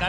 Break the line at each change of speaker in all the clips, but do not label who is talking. The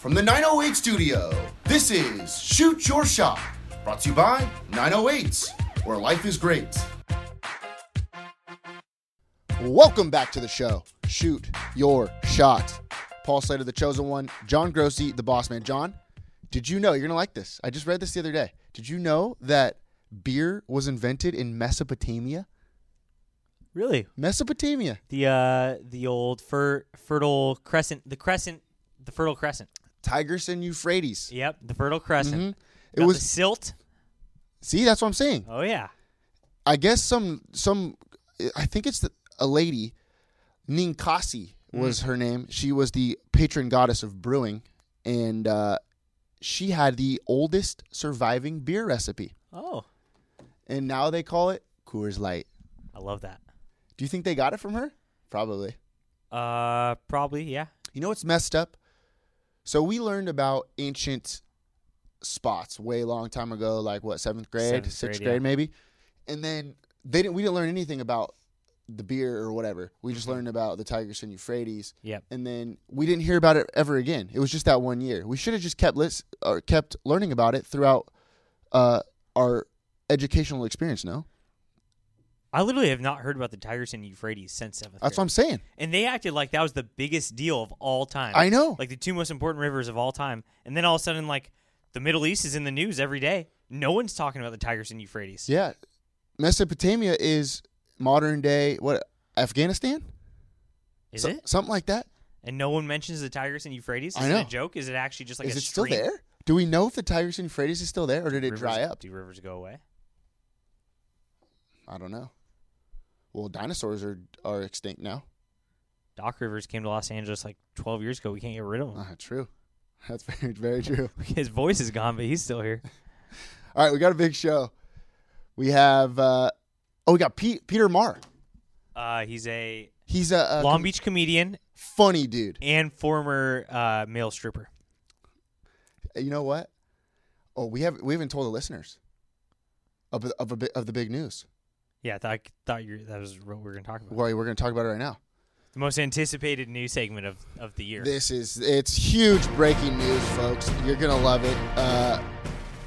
from the 908 studio, this is Shoot Your Shot, brought to you by 908, where life is great.
Welcome back to the show. Shoot your shot. Paul Slater, the chosen one. John Grossi, the boss man. John, did you know? You're going to like this. I just read this the other day. Did you know that beer was invented in Mesopotamia?
Really?
Mesopotamia.
The uh the old fer- fertile crescent, the crescent, the fertile crescent.
Tigris and Euphrates.
Yep, the fertile crescent.
It
Got
was-
the silt.
See, that's what I'm saying.
Oh yeah.
I guess some some I think it's the, a lady Ninkasi was her name. She was the patron goddess of brewing and uh, she had the oldest surviving beer recipe.
Oh,
And now they call it Coors Light.
I love that.
Do you think they got it from her? Probably.
Uh, probably yeah.
You know what's messed up? So we learned about ancient spots way long time ago, like what seventh grade,
Seventh
sixth
grade,
grade,
yeah.
maybe, and then they didn't. We didn't learn anything about the beer or whatever. We just learned about the Tigris and Euphrates,
Mm-hmm. Yep.
and then we didn't hear about it ever again. It was just that one year. We should have just kept lis- or kept learning about it throughout uh, our educational experience. No,
I literally have not heard about the Tigers and Euphrates since seventh.
that's what
grade.
I'm saying.
And they acted like that was the biggest deal of all time.
I know.
Like the two most important rivers of all time. And then all of a sudden, like the Middle East is in the news every day. No one's talking about the Tigers and Euphrates.
Yeah, Mesopotamia is modern day what Afghanistan,
Is
So-
it?
something like that?
And no one mentions the Tigers and Euphrates. Is
I
it
know.
a joke? Is it actually just like
is
a
it still
stream?
there? Do we know if the Tigris and Euphrates is still there, or did it
Rivers-
dry up?
Do rivers go away?
I don't know. Well, dinosaurs are are extinct now.
Doc Rivers came to Los Angeles like 12 years ago. We can't get rid of him.
Ah, true. That's very very true.
His voice is gone, but he's still here.
All right, we got a big show. We have uh, oh, we got Pete, Peter Marr.
Uh, he's a
He's a, a
Long
Uh, com-
Beach comedian
funny dude.
and former uh, male stripper.
You know what? Oh, we have we haven't told the listeners of the- of a bit of the big news.
Yeah, I thought, I thought you that was what we were going to talk about.
Well, we're going to talk about it right now.
The most anticipated new segment of, of the year.
This is it's huge breaking news, folks. You're gonna love it. Uh,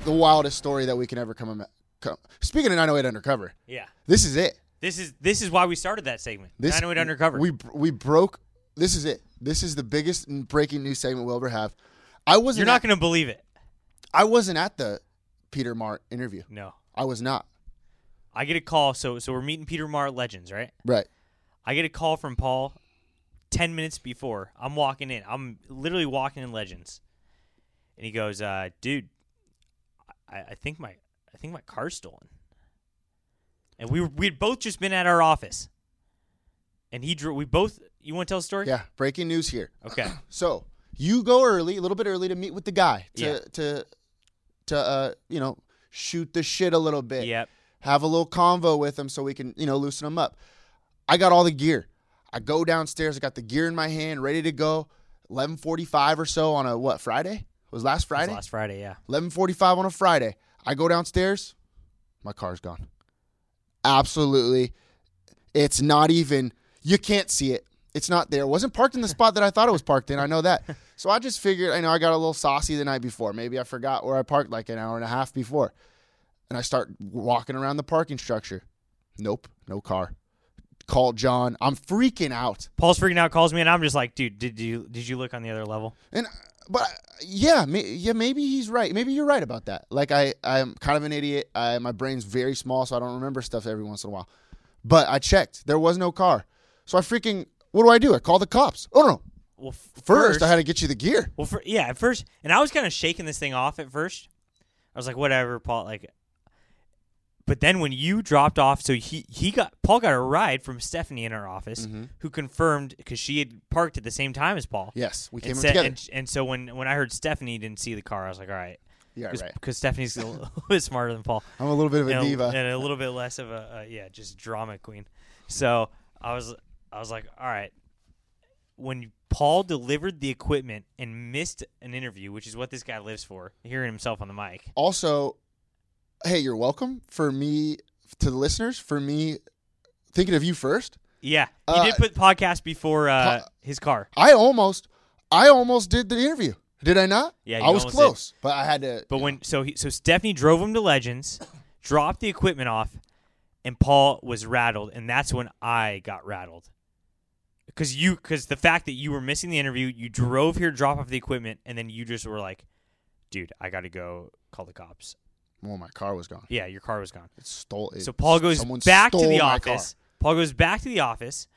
the wildest story that we can ever come. ama- come. Speaking of 908 Undercover,
yeah.
this is it.
This is this is why we started that segment.
This
908 Undercover.
We we broke. This is it. This is the biggest n- breaking news segment we'll ever have. I wasn't.
You're not
at-
going to believe it.
I wasn't at the Peter Mart interview.
No.
I was not.
I get a call. So so we're meeting Peter Maher at Legends, right?
Right.
I get a call from Paul 10 minutes before. I'm walking in. I'm literally walking in Legends. And he goes, uh, dude, I, I think my I think my car's stolen. And we were, we had both just been at our office. And he drew we both you want to tell the story?
Yeah. Breaking news here.
Okay.
So you go early, a little bit early to meet with the guy to
Yeah.
to to uh you know shoot the shit a little bit.
Yep.
have a little convo with them so we can, you know, loosen them up. I got all the gear. I go downstairs. I got the gear in my hand, ready to go. 11:45 or so on a what Friday? Was last
It was
Friday?
Last Friday, yeah.
11:45 on a Friday. I go downstairs. My car's gone. Absolutely, it's not even. You can't see it. It's not there. It wasn't parked in the spot that I thought it was parked in. I know that. So I just figured. I know I got a little saucy the night before. Maybe I forgot where I parked like an hour and a half before. And I start walking around the parking structure. Nope, no car. Call John. I'm freaking out.
Paul's freaking out, calls me, and I'm just like, dude, did you did you look on the other level?
And but yeah, may, yeah, maybe he's right. Maybe you're right about that. Like I, I'm kind of an idiot. I, my brain's very small, so I don't remember stuff every once in a while. But I checked. There was no car, so I freaking. What do I do? I call the cops. Oh no!
Well, f-
First, I had to get you the gear.
Well, for, yeah, at first, and I was kind of shaking this thing off at first. I was like, whatever, Paul. Like, But then when you dropped off, so he he got Paul got a ride from Stephanie in our office,
Mm-hmm.
who confirmed because she had parked at the same time as Paul.
Yes, we
And
came in
said-
together.
And, and so when when I heard Stephanie didn't see the car, I was like, all right,
Yeah,
because
right.
Stephanie's a little bit smarter than Paul.
I'm a little bit of a
and
diva.
and a little bit less of a uh, yeah, just drama queen. So I was I was like, all right. When Paul delivered the equipment and missed an interview, which is what this guy lives for, hearing himself on the mic.
also, hey, you're welcome for me to the listeners for me thinking of you first.
Yeah, he
Uh,
did put podcast before uh, his car.
I almost, I almost did the interview. Did I not?
Yeah, you
I was
almost
close, but I had to.
But when so he so Stephanie drove him to Legends, dropped the equipment off, and Paul was rattled, and that's when I got rattled. Cause you, cause the fact that you were missing the interview, you drove here, drop off the equipment, and then you just were like, "Dude, I got to go call the cops."
well, my car was gone.
Yeah, your car was gone.
It stole. It,
So Paul goes
someone
back to
stole
the
my car.
office. Paul goes back to the office.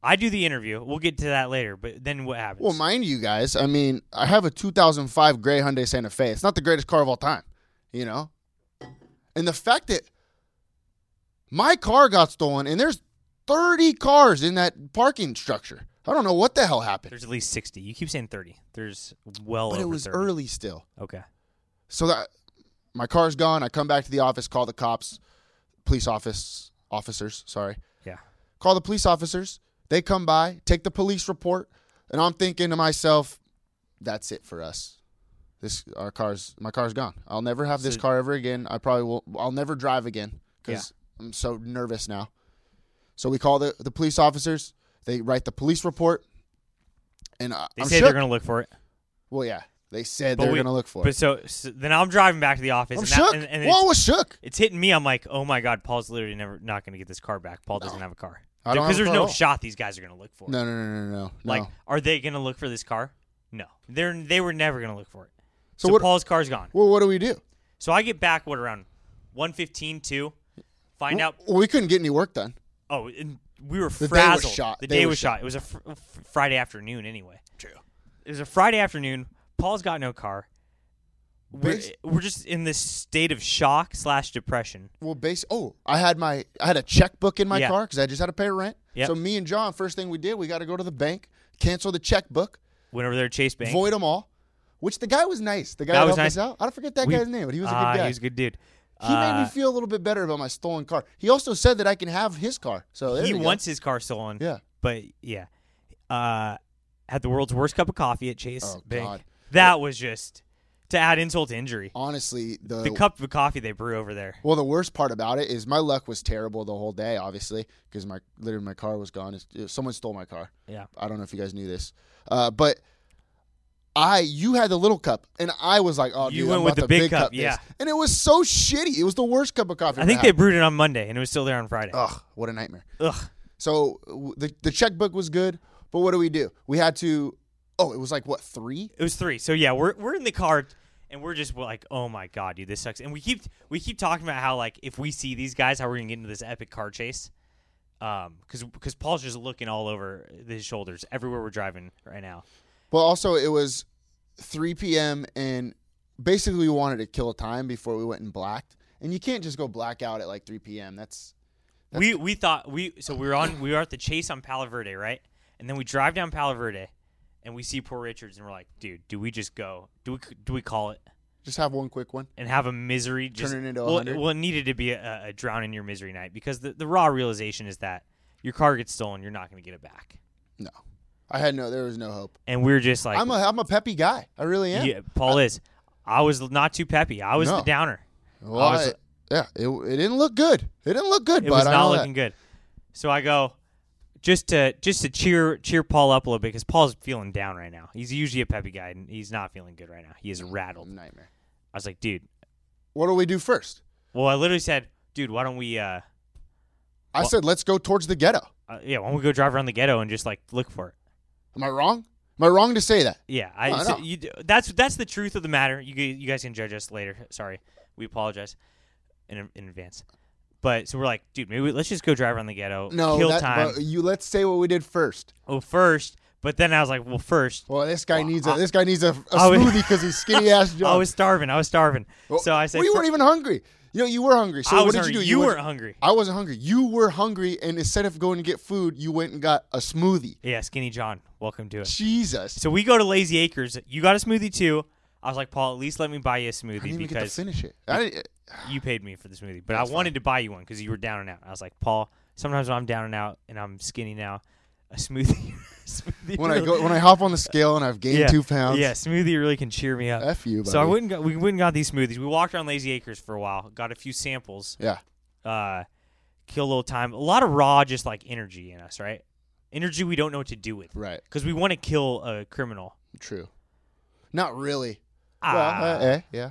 I do the interview. We'll get to that later. But then what happens?
Well, mind you guys, I mean, I have a 2005 gray Hyundai Santa Fe. It's not the greatest car of all time, you know? And the fact that my car got stolen and there's 30 cars in that parking structure. I don't know what the hell happened.
there's at least sixty. You keep saying thirty. There's well
But
over
it was
30.
early still.
Okay.
So that my car's gone, I come back to the office, call the cops, police office officers, sorry.
Yeah.
call the police officers. They come by, take the police report, and I'm thinking to myself, that's it for us. This our car's my car's gone. I'll never have this
So-
car ever again. I probably will. I'll never drive again because I'm so nervous now. So we call the the police officers. They write the police report, and I,
They
I'm
say
sure.
they're going to look for it.
well, yeah, they said
But
they're
we-
gonna look for
But
it.
so, so then I'm driving back to the office.
I'm
and
shook.
That, and, and
Whoa, I
it's,
was shook.
it's hitting me. I'm like, oh my god, Paul's literally never not going to get this car back. Paul doesn't have a car
I don't have a
there's
car at
no
all.
shot these guys are going to look for. it.
No, no, no, no, no, no.
Like, are they going to look for this car? No, they're they were never going to look for it.
So
So,
what-
Paul's car's gone.
well, what do we do?
So I get back what around 1:15, 2, Find out.
We couldn't get any work done.
Oh, and we were
The day was
frazzled.
shot.
The day, was shot. It was a fr- f- Friday afternoon anyway. True. It was a Friday afternoon. Paul's got no car. We're, eh,
Basi-
we're just in this state of shock slash depression.
Well, base. Oh, I had my I had a checkbook in my
Yeah.
car because I just had to pay rent.
Yep.
So me and John, first thing we did, we got to go to the bank, cancel the checkbook,
Went over there to Chase Bank.
void them all. Which the guy was nice. The guy
Guy
that
was
helped us
nice.
out. I don't forget that
We-
guy's name, but he was a
Ah,
good guy.
He was a good Ah. dude. Uh,
He made me feel a little bit better about my stolen car. He also said that I can have his car. So there
he
you go.
wants his car stolen.
Yeah.
But yeah, uh, had the world's worst cup of coffee at Chase
Oh,
Bank.
God.
That was just to add insult to injury.
Honestly, the,
The cup of coffee they brew over there.
Well, the worst part about it is my luck was terrible the whole day, obviously, because my literally my car was gone. It's- Someone stole my car.
Yeah.
I don't know if you guys knew this, uh, but I you had the little cup, and I was like, "Oh,
You
dude,
went
I'm
with
about
the
to
big
big
cup,
this.
yeah.
and it was so shitty. It was the worst cup of coffee.
I think they brewed it on Monday and it was still there on Friday.
Ugh, what a nightmare.
Ugh.
So w- the the checkbook was good, but what do we do? We had to. Oh, it was like what three?
It was three. So yeah, we're we're in the car and we're just we're like, oh my god, dude, this sucks. And we keep we keep talking about how like if we see these guys, how we're gonna get into this epic car chase. Um, because because Paul's just looking all over his shoulders everywhere we're driving right now.
Well, also it was 3 p.m. and basically we wanted to kill time before we went and blacked. And you can't just go blackout at like 3 p.m. That's
we we thought we so we were on we were at the chase on Palo Verde, right? And then we drive down Palo Verde, and we see poor Richards, and we're like, dude, do we just go? Do we do we call it
just have one quick one.
and have a misery? Just,
Turn it into a
well,
hundred?
well, it needed to be a, a drown in your misery night because the the raw realization is that your car gets stolen, you're not going to get it back.
No, I had no. There was no hope.
And we are just like,
I'm a I'm a peppy guy. I really am.
yeah, Paul is. I was not too peppy. I was
No.
the downer.
Well,
I was-
I- yeah. It, it didn't look good. It didn't look good.
It
but
was
I
not
know that.
looking good. So I go just to just to cheer cheer Paul up a little bit because Paul's feeling down right now. He's usually a peppy guy and he's not feeling good right now. He is rattled.
Nightmare.
I was like, dude.
What do we do first?
Well, I literally said, dude, why don't we? Uh,
I
Well-
said let's go towards the ghetto.
uh, yeah, why don't we go drive around the ghetto and just like look for it?
Am I wrong? Am I wrong to say that?
Yeah, I.
No,
so
no.
you d- that's that's the truth of the matter. You g- you guys can judge us later. Sorry, we apologize in in advance. But so we're like, dude, maybe we, let's just go drive around the ghetto.
No.
kill
that,
time.
But you let's say what we did first.
oh, first. But then I was like, well, first,
Well, this guy needs a
I-
this guy needs a, a
I was-
smoothie because he's skinny ass.
I
John.
was starving. I was starving. so I said,
we
"Fir-
weren't even hungry. You know, you were hungry. So
I
what
was
did
hungry.
you do?
You
went-
weren't hungry.
I wasn't hungry. You were hungry, and instead of going to get food, you went and got a smoothie.
Yeah, Skinny John, welcome to it.
Jesus.
So we go to Lazy Acres. You got a smoothie too. I was like, Paul, at least let me buy you a smoothie
I didn't even get to
because
finish it. I didn't-
you paid me for the smoothie, but I wanted to buy you one because you were down and out. I was like, Paul, sometimes when I'm down and out and I'm skinny now, a smoothie. smoothie
when I
really-
go when I hop on the scale and I've gained
yeah,
two pounds.
Yeah, smoothie really can cheer me up.
F you,
So I
buddy.
wouldn't. Go, we wouldn't got these smoothies. We walked around Lazy Acres for a while. Got a few samples.
Yeah.
Uh, kill a little time. A lot of raw, just like energy in us, right? Energy we don't know what to do with.
Right.
Because we want to kill a criminal.
True. Not really.
Ah,
well, uh, eh, yeah.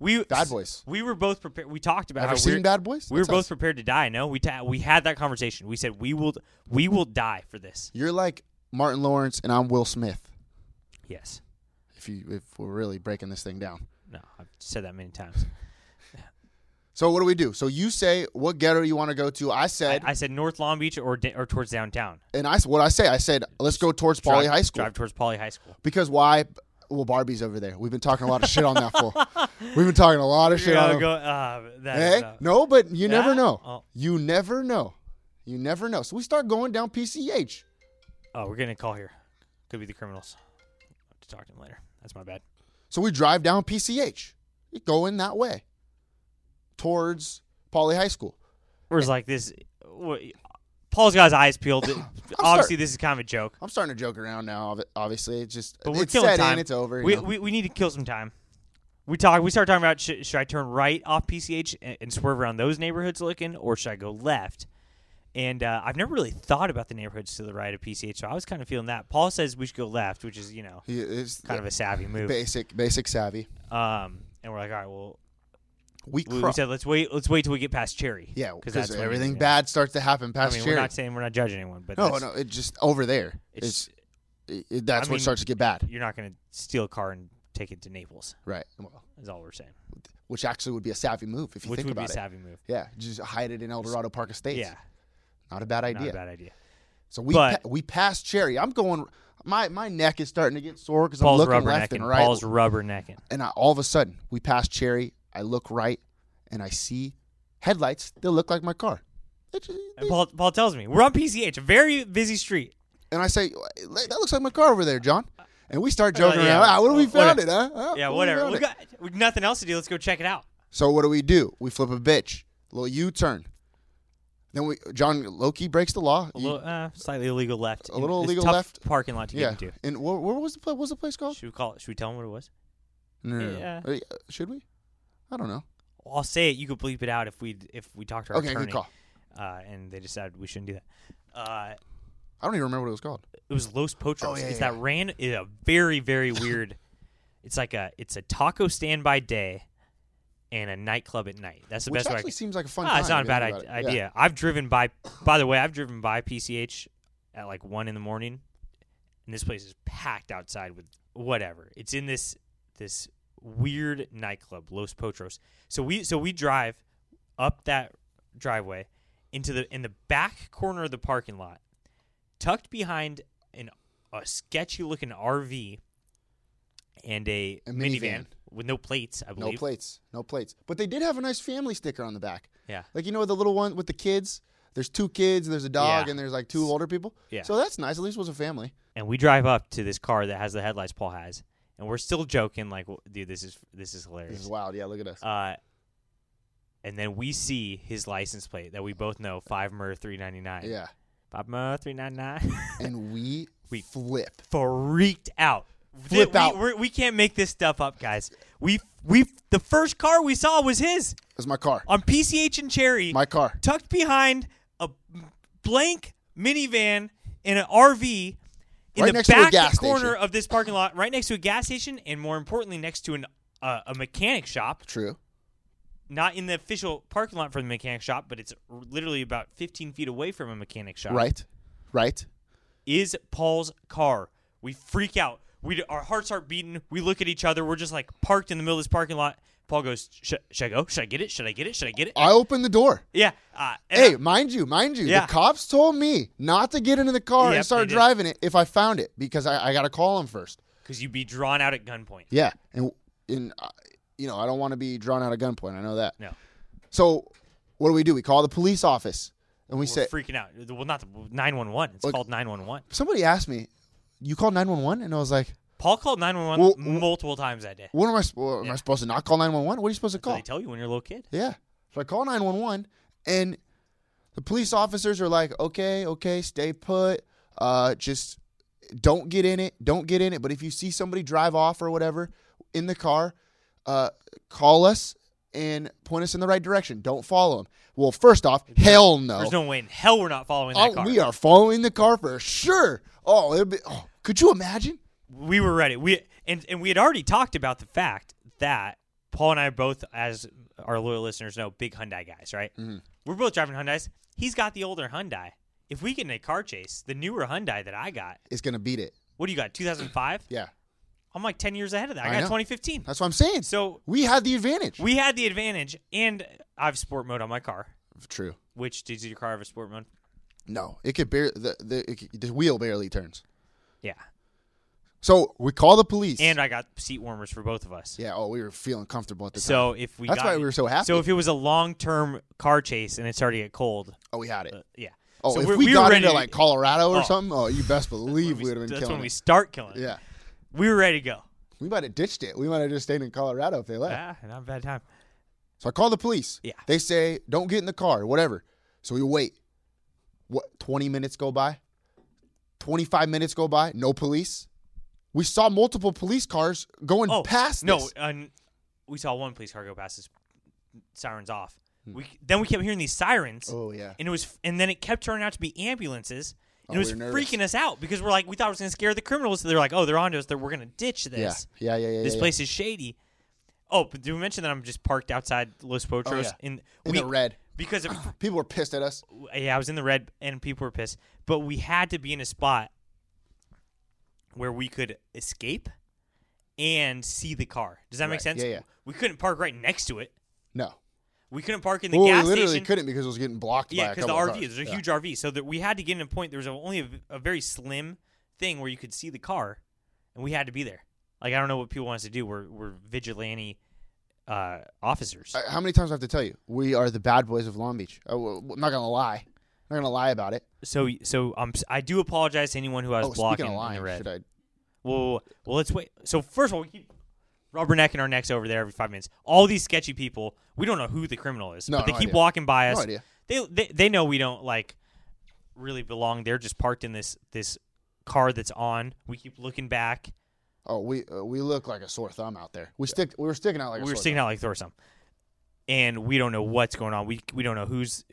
we
Bad Boys.
We were both prepared. We talked about
Ever
how
seen
we're,
Bad Boys?
We were
That's
both
us.
prepared to die. No, we ta- we had that conversation. We said we will we will die for this.
You're like Martin Lawrence and I'm Will Smith.
Yes.
If you if we're really breaking this thing down.
No, I've said that many times.
So what do we do? So you say what ghetto you want to go to. I
I,
said,
I said North Long Beach or da- or towards downtown.
and I s- what I say. I said let's go towards Poly
Drive-
High School
Drive towards Poly High School.
because why? Well, Barbie's over there. We've been talking a lot of shit on that fool. We've been talking a lot of shit
Yeah,
on him.
go- uh, that is
Hey,
not-
no, but you
Yeah?
never know.
Oh.
You never know. You never know. So we start going down PCH.
Oh, we're getting a call here. Could be the criminals. I'll have to talk to him later. That's my bad.
So we drive down PCH, We're going that way towards Poly High School.
Where's like this? wha- Paul's got his eyes peeled. Obviously, this is kind of a joke.
I'm starting to joke around now. ob- Obviously, it's just
But we're
it's
killing
set
time.
in. It's over. you
We,
know.
we, we need to kill some time. We talk. We start talking about should, should I turn right off PCH and, and swerve around those neighborhoods looking, or should I go left? And uh, I've never really thought about the neighborhoods to the right of PCH, so I was kind of feeling that. Paul says we should go left, which is you know
Yeah, it's
kind of a savvy move.
basic, basic savvy.
Um, and we're like, all right, well,
We,
we,
cro-
we said let's wait, let's wait till we get past Cherry.
yeah,
because
because
that's when-
everything
yeah.
bad starts to happen
I
past
mean,
Cherry.
we're not saying we're not judging anyone, but
no,
that's-
no, it's just over there.
it's-
It's, it- it- that's
I
where
mean-
it starts to get bad,
you're not going to steal a car and take it to Naples.
right? Well,
Is all we're saying,
which actually would be a savvy move if you
which
think
would be
about
a
it.
savvy move.
Yeah, just hide it in El Dorado Park Estates.
Yeah,
not a bad idea.
not a bad idea.
So we
But-
pa- we passed Cherry. I'm going. My my neck is starting to get sore because I'm
Paul's
looking left
rubbernecking.
and right.
Paul's rubbernecking.
and I, all of a sudden, we pass Cherry. I look right, and I see headlights that look like my car. It just-
And Paul, Paul tells me we're on PCH, a very busy street.
and I say, "That looks like my car over there, John." And we start joking
Uh, yeah.
around. Ah, what do we
Whatever.
found it? Huh? Ah,
Yeah,
what do we
whatever.
found
We
it?"
got we, nothing else to do. Let's go check it out.
So what do we do? We flip a bitch, little U-turn. Then we John Loki breaks the law.
A
You-
little, uh, slightly illegal left.
a little
It's
illegal
tough
left.
parking lot to
yeah.
get into.
And wh- where was the place? What was the place called?
Should we call it? Should we tell him what it was?
No, no, no.
Yeah.
Uh, Should we? I don't know.
Well, I'll say it. You could bleep it out if we if we talked to our
Okay,
attorney.
good call.
Uh, and they decided we shouldn't do that. Uh,
I don't even remember what it was called.
it was Los Potros.
Oh, yeah,
it's
yeah.
that ran is a very very weird. it's like a it's a taco stand by day, and a nightclub at night. That's the
Which
best way. I
actually
can,
seems like a fun.
Ah,
time
it's not a
if you
bad
think
i-
about it. Yeah.
idea. I've driven by. By the way, I've driven by PCH at like one in the morning, and this place is packed outside with whatever. It's in this this weird nightclub, Los Potros. So we so we drive up that driveway into the in the back corner of the parking lot, tucked behind an a sketchy looking RV and a,
A
minivan.
minivan.
with no plates. I
No
believe.
plates. No plates. But they did have a nice family sticker on the back.
Yeah.
Like you know the little one with the kids. There's two kids. There's a dog,
Yeah.
and there's like two older people.
Yeah.
So that's nice. At least it was a family.
and we drive up to this car that has the headlights Paul has, and we're still joking like, "Well, dude, this is this
This
is hilarious.
is wild. Yeah. Look at us.
uh, and then we see his license plate that we both know, five mer three ninety nine.
yeah.
five mer three ninety nine.
And we
We-
flip.
Freaked out.
Flip
we,
out.
We're, we can't make this stuff up, guys. We we the first car we saw was his
It was my car.
on PCH and Cherry.
My car.
tucked behind a blank minivan in an RV in
Right
the
next to a
back
gas
corner
station.
of this parking lot, right next to a gas station, and more importantly, next to an uh, a mechanic shop.
True.
Not in the official parking lot for the mechanic shop, but it's r- literally about 15 feet away from a mechanic shop.
Right. Right.
is Paul's car. We freak out. We our hearts are beating. We look at each other. We're just like parked in the middle of this parking lot. Paul goes, should, "Should I go? Should I get it? Should I get it? Should I get it?"
I opened the door.
yeah. Uh, and
Uh, Hey, mind you, mind you,
Yeah.
the cops told me not to get into the car
Yep,
and start
they did.
driving it if I found it because I, I got to call them first.
because you'd be drawn out at gunpoint.
Yeah, and and uh, you know I don't want to be drawn out of gunpoint. I know that.
No.
So what do we do? We call the police office and we
We're
say
freaking out. Well, not the 911. It's
Look-
called 911.
somebody asked me, "You called 911?" and I was like,
Paul called 911
Well, w-
multiple times that day.
"What am I sp- what, am I supposed to not call 911? What are you supposed to
So
call?"
they tell you when you're a little kid.
Yeah. So I call 911 and the police officers are like, okay, okay, stay put. Uh, just don't get in it. Don't get in it. But if you see somebody drive off or whatever in the car, uh, call us and point us in the right direction. Don't follow them. Well, first off, hell no.
There's no way in hell we're not following that
Oh,
car.
we are following the car for sure. Oh, it'd be, oh, could you imagine?
we were ready. We and and we had already talked about the fact that Paul and I both, as our loyal listeners know, big Hyundai guys, right?
Mm-hmm.
We're both driving Hyundais. He's got the older Hyundai. If we get in a car chase, the newer Hyundai that I got,
It's gonna beat it.
what do you got? 2005.
Yeah,
I'm like 10 years ahead of that.
I
I got
know.
2015.
that's what I'm saying.
So-
we had the advantage.
We had the advantage, and I have sport mode on my car.
True.
Which does your car have a sport mode?
No, it could barely the the, it, c- the wheel barely turns.
Yeah.
So we call the police.
And uh, I got seat warmers for both of us.
yeah, oh, we were feeling comfortable at the time.
So if we
That's
got
why
it-
we were so happy.
So if it was a long term car chase and it started to get cold,
Oh, we had it.
yeah.
Oh,
uh, so
if
we're-
we, got
were
into
ready-
like Colorado or
Oh.
something, oh, you best believe
when
we would have been
That's when
killing
we
it.
start killing. it.
yeah,
we were ready to go.
we might have ditched it. We might have just stayed in Colorado if they left.
Ah, not a bad time.
So I call the police.
Yeah.
They say, don't get in the car, whatever. So we wait. What, 20 minutes go by? 25 minutes go by? No police? We saw multiple police cars going
Oh,
past
no,
this.
uh, n- we saw one police car go past us. Sirens off. We then we kept hearing these sirens.
Hmm. Oh, yeah.
and it was and then it kept turning out to be ambulances.
Oh,
And it was
we were nervous.
freaking us out because we're like we thought it was going to scare the criminals. So they're like, oh, they're onto us. They're, we're going to ditch
Yeah,
this.
yeah, yeah, yeah.
This
yeah,
place is shady. Oh, but did we mention that I'm just parked outside Los Potros
Oh, yeah.
in,
In
we-
the red.
because of
yeah. People were pissed at us.
yeah, I was in the red and people were pissed, but we had to be in a spot where we could escape and see the car. Does that make
Right.
sense?
Yeah, yeah.
We couldn't park right next to it.
No.
We couldn't park in the
Well, we
gas
literally
station.
couldn't because it was getting blocked by
yeah,
a
because the
couple
RV,
of cars.
there's a
Yeah.
huge RV, so that we had to get in a point. There was only a, a very slim thing where you could see the car, and we had to be there. Like I don't know what people want us to do. We're we're vigilante uh, officers.
Uh, How many times do I have to tell you? We are the bad boys of Long Beach. Uh, well, I'm not going to lie. I'm not going to lie about it.
so so um, I do apologize to anyone who I was
Oh,
blocking
speaking of
in
lying,
the red.
should I?
Well, well, let's wait. So first of all, we keep rubbernecking our necks over there every five minutes. All these sketchy people, we don't know who the criminal is,
No,
but they
no
keep
idea.
walking by us.
No idea.
They, they they know we don't like really belong. They're just parked in this this car that's on. We keep looking back.
Oh, we uh, we look like a sore thumb out there. We stick. We were sticking out like a
we were
sore
sticking out like Thor some, and we don't know what's going on. We we don't know who's.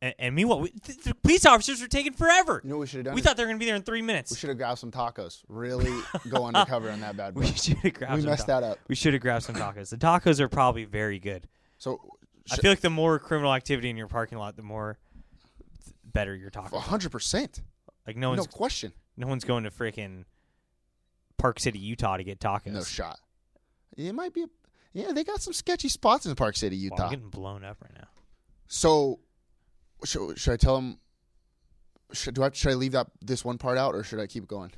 And, and meanwhile, we, th- the police officers were taking forever.
You know what we should have done
We
is-
thought they were going to be there in three minutes.
We should have grabbed some tacos. Really go undercover on that bad boy.
We should have grabbed.
We
some
messed
ta-
that up.
We should have grabbed some tacos. The tacos are probably very good.
So,
I feel like the more criminal activity in your parking lot, the more th- better your taco.
hundred percent,
Like no
no
one's
question,
no one's going to freaking Park City, Utah to get tacos.
no shot. It might be. A, yeah, they got some sketchy spots in Park City,
Wow, I'm
Utah.
getting blown up right now.
So, should, should I tell them? Should, do I should I leave that this one part out, or should I keep going?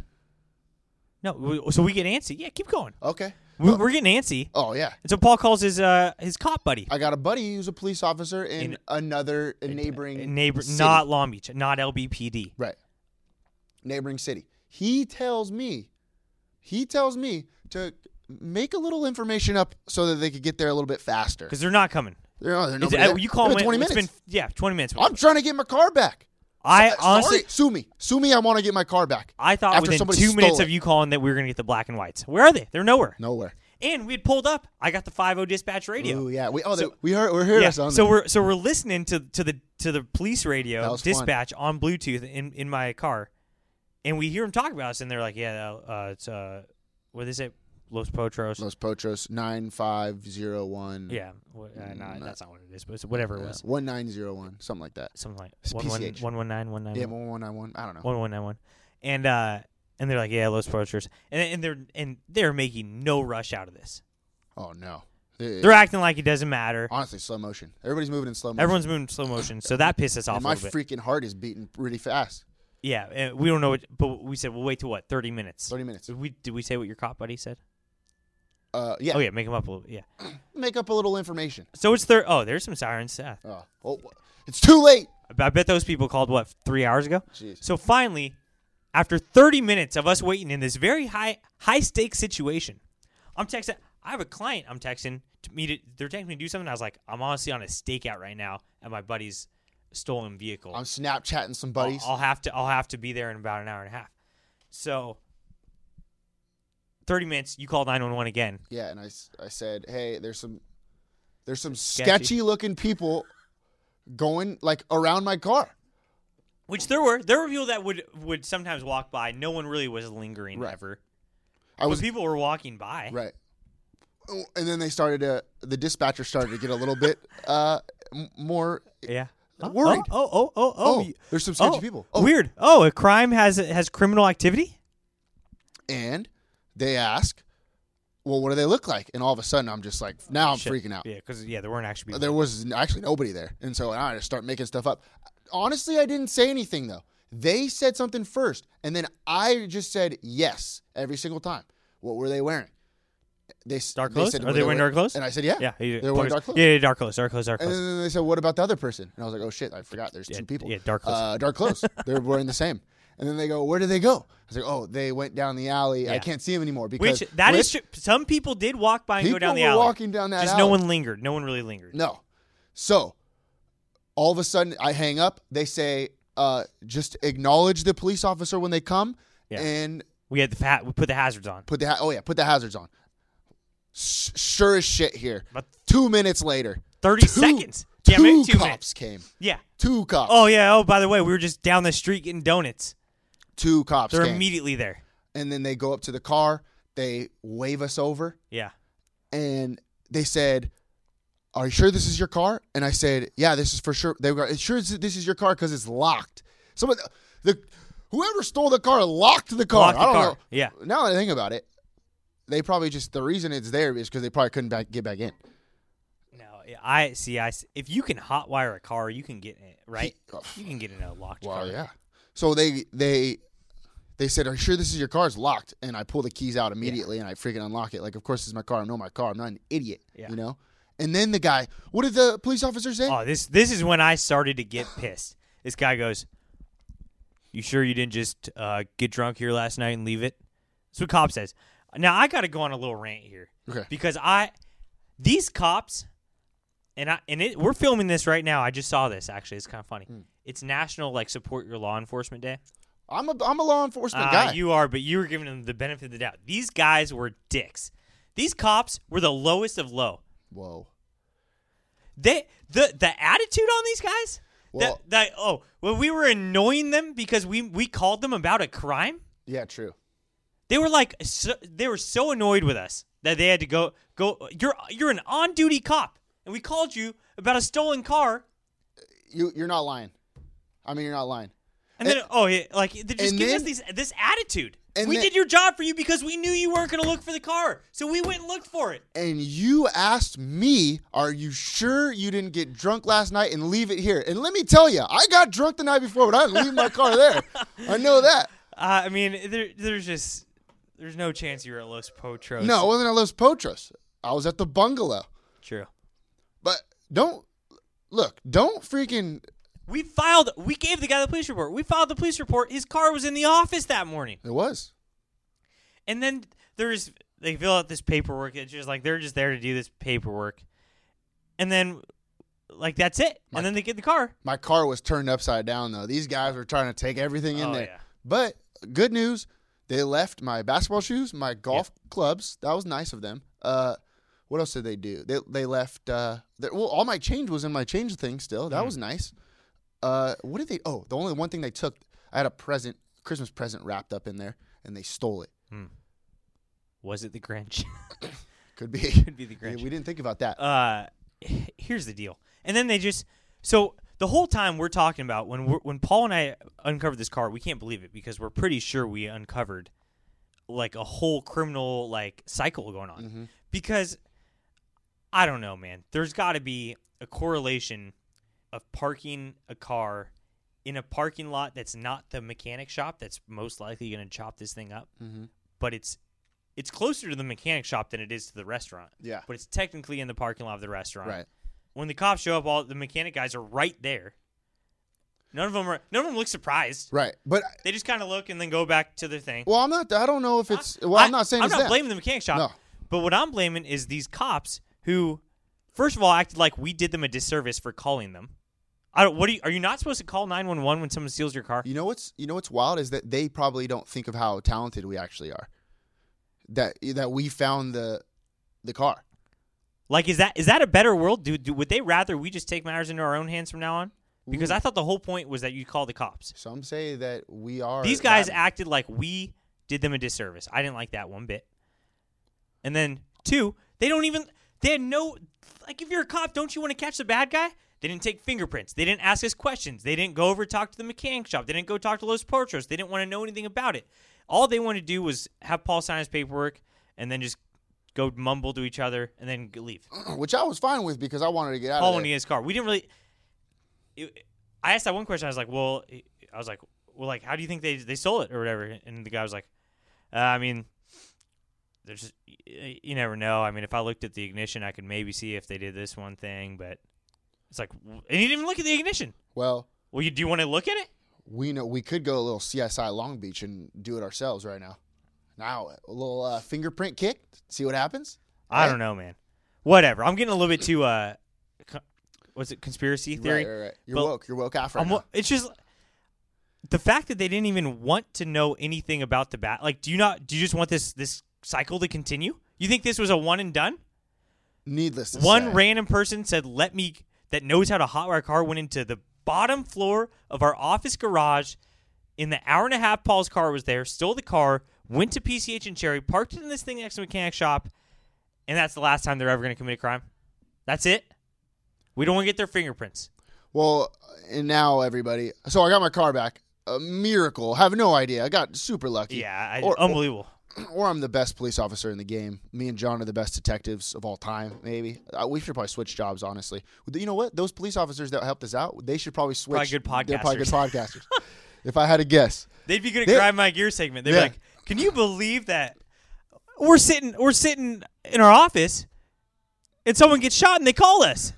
No, we, so we get antsy. Yeah, keep going.
Okay.
We, we're getting antsy.
Oh yeah,
And so Paul calls his uh his cop buddy,
I got a buddy who's a police officer in,
In-
another a neighboring
A Uh, neighbor,
city.
not Long Beach, not LBPD.
Right. Neighboring city. He tells me, he tells me to make a little information up so that they could get there a little bit faster.
Because they're not coming.
They're, oh, they're
It's-
nobody
uh,
there.
you call
It's
him
been 20 minutes.
It's been, yeah, 20 minutes.
I'm trying to get my car back.
I
Uh,
honestly,
Sorry, sue me. Sue me. I want to get my car back.
I thought
After
within
somebody
two
stole
minutes
it.
of you calling that we were going to get the black and whites. Where are they? They're nowhere.
Nowhere.
And we had pulled up. I got the 50 dispatch radio.
Ooh, yeah. We, oh,
So-
they- we heard, we're hearing
Yeah,
us on
So
there.
we're so we're listening to to the to the police
That
radio
was fun.
dispatch on Bluetooth in in my car, and we hear them talk about us, and they're like, "Yeah, uh, it's uh, what do they say, Los Potros."
Los Potros 9501.
yeah, what, uh, nah, that's not what it is, but it's whatever it
Mm, Yeah,
was,
1901, something like that.
something like
It's
one one
PCH.
one one nine one nine
Yeah, 1191. I don't know.
one one nine one, and uh, and they're like, "Yeah, Los Potros," and and they're and they're making no rush out of this.
Oh, no. It-
They're acting like it doesn't matter.
honestly, slow motion. Everybody's moving in slow motion.
Everyone's moving in slow motion, so that pisses us off
And
a
my
little bit.
freaking heart is beating pretty fast.
Yeah, and we don't know what, but we said we'll wait till what thirty minutes.
30 minutes.
Did we did we say what your cop buddy said?
Uh, yeah,
Oh yeah, make him up a little. Yeah.
make up a little information.
So it's their. Oh, there's some siren Seth.
Uh, oh, it's too late.
I bet those people called what three hours ago.
Jeez.
So finally, after 30 minutes of us waiting in this very high high stakes situation, I'm texting. I have a client. I'm texting to meet it. They're texting me to do something. I was like, I'm honestly on a stakeout right now at my buddy's stolen vehicle.
I'm Snapchatting some buddies.
I'll, I'll have to I'll have to be there in about an hour and a half. So 30 minutes, you call 911 again.
yeah, and I, s- I said, hey, there's some there's some
Sketchy.
sketchy looking people going like around my car.
Which there were there were people that would would sometimes walk by. No one really was lingering
Right.
ever.
I
But
was
people were walking by.
right, Oh, and then they started to the dispatcher started to get a little bit uh m- more.
Yeah.
Worried.
Oh, oh, oh, oh.
Oh, there's some sketchy people. Oh.
Weird. Oh, a crime has has criminal activity?
and they ask, "Well, what do they look like?" And all of a sudden, I'm just like, now I'm
Shit.
freaking out.
Yeah, cuz yeah, there weren't actually people.
There was actually nobody there, and so I just start making stuff up. Honestly, I didn't say anything though. They said something first, and then I just said yes every single time. What were they wearing? They s-
dark clothes?
said,
Are
"Were
they wearing dark clothes?
And I said, yeah,
Yeah,
they were wearing dark clothes.
Yeah, yeah, dark clothes, dark clothes, dark
And
clothes.
then they said, "What about the other person?" And I was like, "Oh shit, I forgot. There's two people.
yeah, dark clothes.
Uh, dark clothes. They're wearing the same." And then they go, "Where did they go?" I was like, "Oh, they went down the alley. I
Yeah.
can't see them anymore because
Which that is
with-
true. Some people did walk by and go
People
down the
were
alley.
walking down that
Just no
alley.
one lingered. No one really lingered.
No. So all of a sudden I hang up. They say, uh, just acknowledge the police officer when they come
Yeah.
and
We had the fa- we put the hazards on.
put the ha- oh yeah, put the hazards on. S- sure as shit here.
But-
two minutes later.
30
two-
seconds.
Two
Yeah, maybe two
cops
minutes.
came.
Yeah.
Two cops.
Oh yeah. Oh, by the way, we were just down the street getting donuts.
Two cops
They're
came.
immediately there.
and then they go up to the car. They wave us over.
Yeah.
and they said, "Are you sure this is your car?" And I said, "Yeah, this is for sure." They were "It sure is- this is your car because it's locked. Someone, the whoever stole the car locked the car.
Locked the
I don't
car.
know.
Yeah.
Now that I think about it, they probably just the reason it's there is because they probably couldn't back, get back in.
No, I see. I see. if you can hotwire a car, you can get in it right.
He- oh,
you can get in a locked
Well,
car.
yeah. So they they they said, "Are you sure this is your car? It's locked." And I pull the keys out immediately and I freaking unlock it. Like, of course, this is my car. I know my car. I'm not an idiot.
Yeah.
You know. And then the guy, what did the police officer say?
Oh, this this is when I started to get pissed. This guy goes, "You sure you didn't just uh, get drunk here last night and leave it?" That's what cop says. Now I got to go on a little rant here
Okay.
because I these cops and I and it, we're filming this right now. I just saw this actually. It's kind of funny.
Hmm.
It's National like Support Your Law Enforcement Day.
I'm a I'm a law enforcement
Ah,
guy.
You are, but you were giving them the benefit of the doubt. These guys were dicks. These cops were the lowest of low.
Whoa.
They the the attitude on these guys.
Well-
that, that oh, when we were annoying them because we we called them about a crime,
Yeah, true.
they were like so, they were so annoyed with us that they had to go go. You're you're an on duty cop, and we called you about a stolen car,
You you're not lying. I mean, you're not lying.
and then oh yeah, like they're just
and
giving us
then-
these this attitude.
and
we
then-
did your job for you because we knew you weren't going to look for the car, so we went and looked for it.
And you asked me, "Are you sure you didn't get drunk last night and leave it here?" And let me tell you, I got drunk the night before, but I didn't leave my car there. I know that.
Uh, I mean, there, there's just there's no chance you were at Los Potros.
No, it wasn't at Los Potros. I was at the bungalow.
true.
But don't look. Don't freaking.
We filed. We gave the guy the police report. We filed the police report. His car was in the office that morning,
It was.
and then there's they fill out this paperwork. It's just like they're just there to do this paperwork, and then like that's it. and then they get the car.
My car was turned upside down though. These guys were trying to take everything in
Oh,
there.
yeah.
But good news, they left my basketball shoes, my golf clubs. That was nice of them. Uh, what else did they do? They they left. Uh, their, well, all my change was in my change thing still. That
Mm.
was nice. Uh, what did they? Oh, the only one thing they took, I had a present, Christmas present wrapped up in there, and they stole it.
Was it the Grinch?
Could be.
Could be the
Yeah,
Grinch.
we didn't think about that.
uh, here's the deal. And then they just so the whole time we're talking about when we're, when Paul and I uncovered this car, we can't believe it because we're pretty sure we uncovered like a whole criminal like cycle going on.
Mm-hmm.
Because I don't know, man. There's got to be a correlation of parking a car in a parking
Mm-hmm.
lot that's not the mechanic shop that's most likely going to chop this thing up, but it's It's closer to the mechanic shop than it is to the restaurant.
Yeah.
But it's technically in the parking lot of the restaurant.
Right.
When the cops show up, all the mechanic guys are right there. None of them are. None of them look surprised.
Right. But
They just kind of look and then go back to their thing.
well, I'm not. I don't know if it's. Well,
I-
I'm not saying
I'm
it's
not
that.
blaming the mechanic shop.
No.
But what I'm blaming is these cops who, first of all, acted like we did them a disservice for calling them. I don't. What are you? Are you not supposed to call 911 when someone steals your car?
You know what's you know what's wild is that they probably don't think of how talented we actually are. That that we found the the car.
Like, is that is that a better world? Do, do would they rather we just take matters into our own hands from now on? Because I thought the whole point was that you call the cops.
Some say that we are
These guys
that-
acted like we did them a disservice. I didn't like that one bit. And then two, they don't even they had no like if you're a cop, don't you want to catch the bad guy? They didn't take fingerprints. They didn't ask us questions. They didn't go over talk to the mechanic shop. They didn't go talk to Los Portros. They didn't want to know anything about it. All they wanted to do was have Paul sign his paperwork and then just go mumble to each other and then g- leave.
which I was fine with because I wanted to get out
Paul
of
wanted to
there.
get his car. We didn't really. It, I asked that one question. I was like, "Well, I was like, well, like, how do you think they they stole it or whatever?" And the guy was like, uh, "I mean, there's just, y- you never know. I mean, if I looked at the ignition, I could maybe see if they did this one thing, but it's like, w- and he didn't even look at the ignition.
Well,
Well, you do you want to look at it?
we know we could go a little CSI Long Beach and do it ourselves right now. Now a little uh, fingerprint kick, see what happens.
I don't know, man. Whatever. I'm getting a little bit too uh, co- what's it conspiracy theory?
Right, right, right. You're
But-
woke. You're woke after.
I'm wa- it's just the fact that they didn't even want to know anything about the bat. Like, do you not? Do you just want this this cycle to continue? You think this was a one and done?
Needless. To
One
say.
random person said, "Let me." That knows how to hotwire a car went into the bottom floor of our office garage. In the hour and a half, Paul's car was there. Stole the car. Went to PCH and Cherry. Parked it in this thing next to a mechanic shop. And that's the last time they're ever going to commit a crime. That's it. We don't want to get their fingerprints.
Well, and now everybody. So I got my car back. A miracle. Have no idea. I got super lucky.
Yeah, I,
Or- or-
unbelievable.
or I'm the best police officer in the game. Me and John are the best detectives of all time. Maybe uh, we should probably switch jobs. Honestly, you know what? Those police officers that helped us out, they should probably switch.
Probably good
They're probably good podcasters. if I had to guess,
They'd be good at
They-
grind my gear segment. They'd
Yeah.
be like, "Can you believe that we're sitting we're sitting in our office and someone gets shot and they call us?"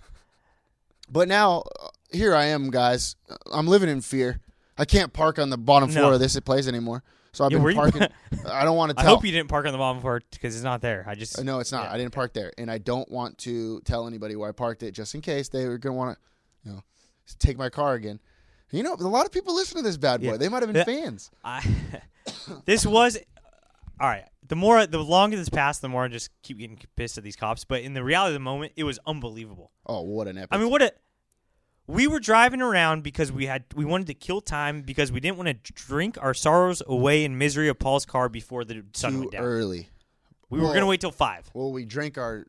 but now uh, here I am, guys. I'm living in fear. I can't park on the bottom
No.
floor of this place anymore. So I've
Yeah, where
been
you-
parking. I don't want to
I
tell.
hope you didn't park on the bottom floor because it's not there. I just
Uh, No, it's not. I didn't park there, and I don't want to tell anybody where I parked it, just in case they were gonna want to, you know, s- take my car again. You know, a lot of people listen to this bad boy.
Yeah.
They might have been
Yeah.
fans.
I, this was all right. The more the longer this passed, the more I just keep getting pissed at these cops. But in the reality of the moment, it was unbelievable.
Oh, what an epic!
I mean, what a we were driving around because we had we wanted to kill time because we didn't want to drink our sorrows away in misery of Paul's car before the sun
too
went down.
early.
We were
Well-
gonna wait till five.
Well, we drink our,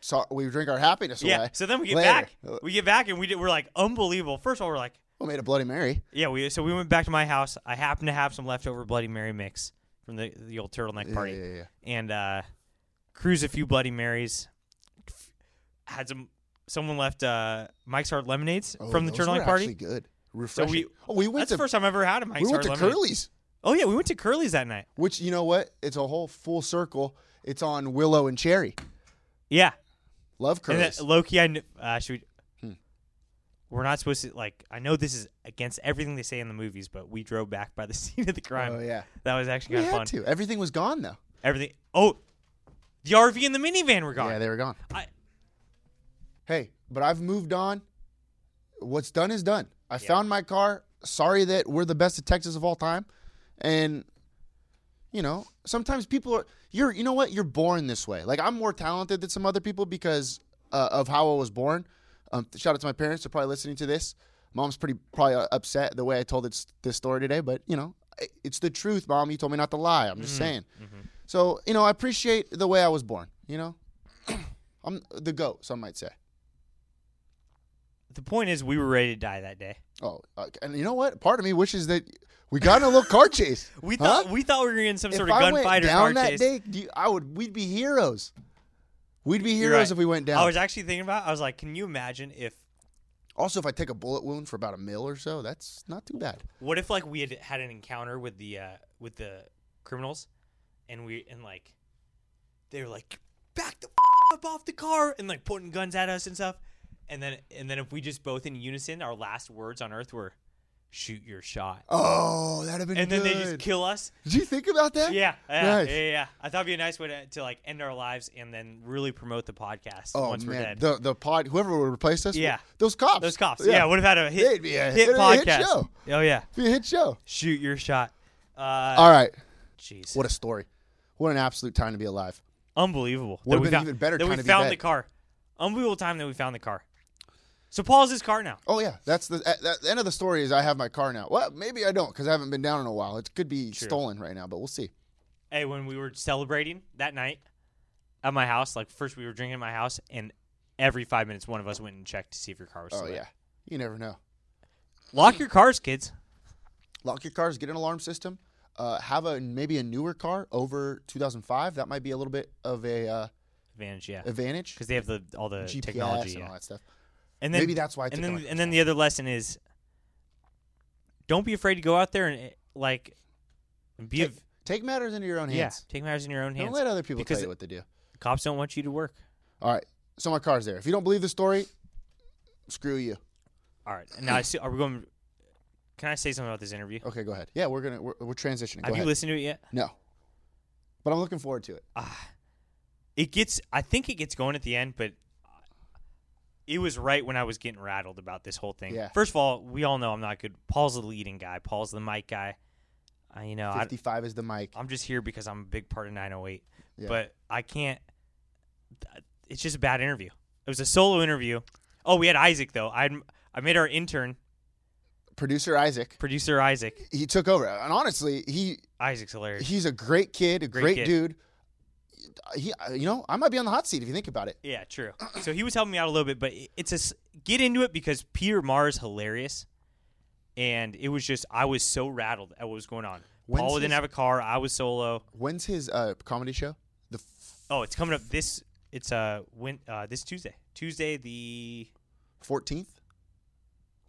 so, we drink our happiness
Yeah.
away.
So then we get
later. Uh,
back. We get back and we did, we're like unbelievable. First of all, we're like,
We made a Bloody Mary.
yeah. We so we went back to my house. I happened to have some leftover Bloody Mary mix from the the old turtleneck party,
yeah, yeah.
and uh, cruise a few Bloody Marys. Had some someone left uh, Mike's Hard Lemonades
Oh,
from the
those were
turtleneck
actually
party.
good. Refreshing.
we-
oh, we went
That's
to
the first time I've ever had a Mike's
we went
Hard
to
Lemonade.
Curly's,
Oh yeah, we went to Curly's that night.
which you know what? It's a whole full circle. It's on Willow and Cherry.
Yeah.
Love
And
Curly's.
then Loki, I kn- uh, should we? We're not supposed to like. I know this is against everything they say in the movies, but we drove back by the scene of the crime.
Oh, yeah.
that was actually
we
kind of
had
fun.
to. Everything was gone though.
Everything. Oh, the RV and the minivan were gone.
Yeah, they were gone.
I-
hey, but I've moved on. What's done is done. I found my car. Sorry that we're the best detectives of all time. And you know, sometimes people are you're you know what? You're born this way. Like I'm more talented than some other people because uh, of how I was born. Um, shout out to my parents. They're probably listening to this. Mom's pretty probably uh, upset the way I told this, this story today, but you know, i- it's the truth, mom. You told me not to lie. I'm
Mm-hmm.
just saying. So you know, I appreciate the way I was born. You know, I'm the goat. Some might say.
the point is, we were ready to die that day.
Oh, uh, and you know what? Part of me wishes that we got in a little car chase.
We
Huh?
thought we thought we were in some
if
sort of
I went
gunfighter car
down that
chase.
day, do you- I would. We'd be heroes. We'd be
You're
heroes
right.
if we went down.
I was actually thinking about. I was like, can you imagine if?
also, if I take a bullet wound for about a mil or so, that's not too bad.
What if like we had had an encounter with the uh with the criminals, and we and like they were like, back the up off the car and like pointing guns at us and stuff. And then and then if we just both in unison, our last words on earth were, shoot your shot.
Oh, that'd have been
and
good.
then they just kill us.
Did you think about that?
Yeah, yeah,
Nice.
yeah, yeah. I thought it'd be a nice way to, to like end our lives and then really promote the podcast
Oh
once we're
man,
dead.
the the pod whoever would replace us,
Yeah.
those cops,
Those cops, yeah, would have had a hit,
It'd be a-
hit
it'd be a hit
podcast.
show.
Oh yeah,
be a hit show.
shoot your shot. Uh,
All right,
jeez,
what a story, what an absolute time to be alive.
unbelievable.
Would've
That we
been
found-
even better
that we
time to be
found
dead.
the car. Unbelievable time that we found the car. So Paul's his car now.
Oh yeah, that's the at, that, the end of the story is I have my car now. Well, maybe I don't because I haven't been down in a while. It could be stolen right now, but we'll see.
Hey, when we were celebrating that night at my house, like first we were drinking at my house, and every five minutes one of us went and checked to see if your car was.
Oh
still there.
yeah, you never know.
lock your cars, kids.
Lock your cars, get an alarm system, uh, have a maybe a newer car over 2005. That might be a little bit of a uh,
Advantage, yeah.
advantage.
because they have the all the
GPS
technology.
and all
Yeah.
that stuff.
And then
Maybe that's why I took
And then
electric
and then the other lesson is, don't be afraid to go out there and eh, like be
Take,
of
take matters into your own
yeah,
hands.
take matters in your own hands.
Don't let other people
because
tell you what to do.
cops don't want you to work.
All right, so my car's there. If you don't believe the story, screw you.
All right, now I see, are we going? Can I say something about this interview?
Okay, go ahead. Yeah, we're gonna we're, we're transitioning. Go
have
ahead.
you listened to it yet?
no, but I'm looking forward to it.
It gets. I think it gets going at the end, but it was right when I was getting rattled about this whole thing.
Yeah.
First of all, we all know I'm not good. Paul's the leading guy. Paul's the mic guy. I, you know, I,
55 is the mic.
I'm just here because I'm a big part of 908.
Yeah.
But I can't. th- It's just a bad interview. It was a solo interview. Oh, we had Isaac though. I I made our intern
Producer Isaac.
producer Isaac.
He took over, and honestly, he
Isaac's hilarious.
he's a great kid, a great,
kid.
dude. He, you know, I might be on the hot seat if you think about it.
yeah, true. So he was helping me out a little bit, but i- it's a s- get into it because Peter Mars hilarious, and it was just I was so rattled at what was going on.
When's
Paul didn't
his-
have a car. I was solo.
When's his uh, comedy show? The
Oh, it's coming up this. It's uh, win, uh this Tuesday. Tuesday the
fourteenth.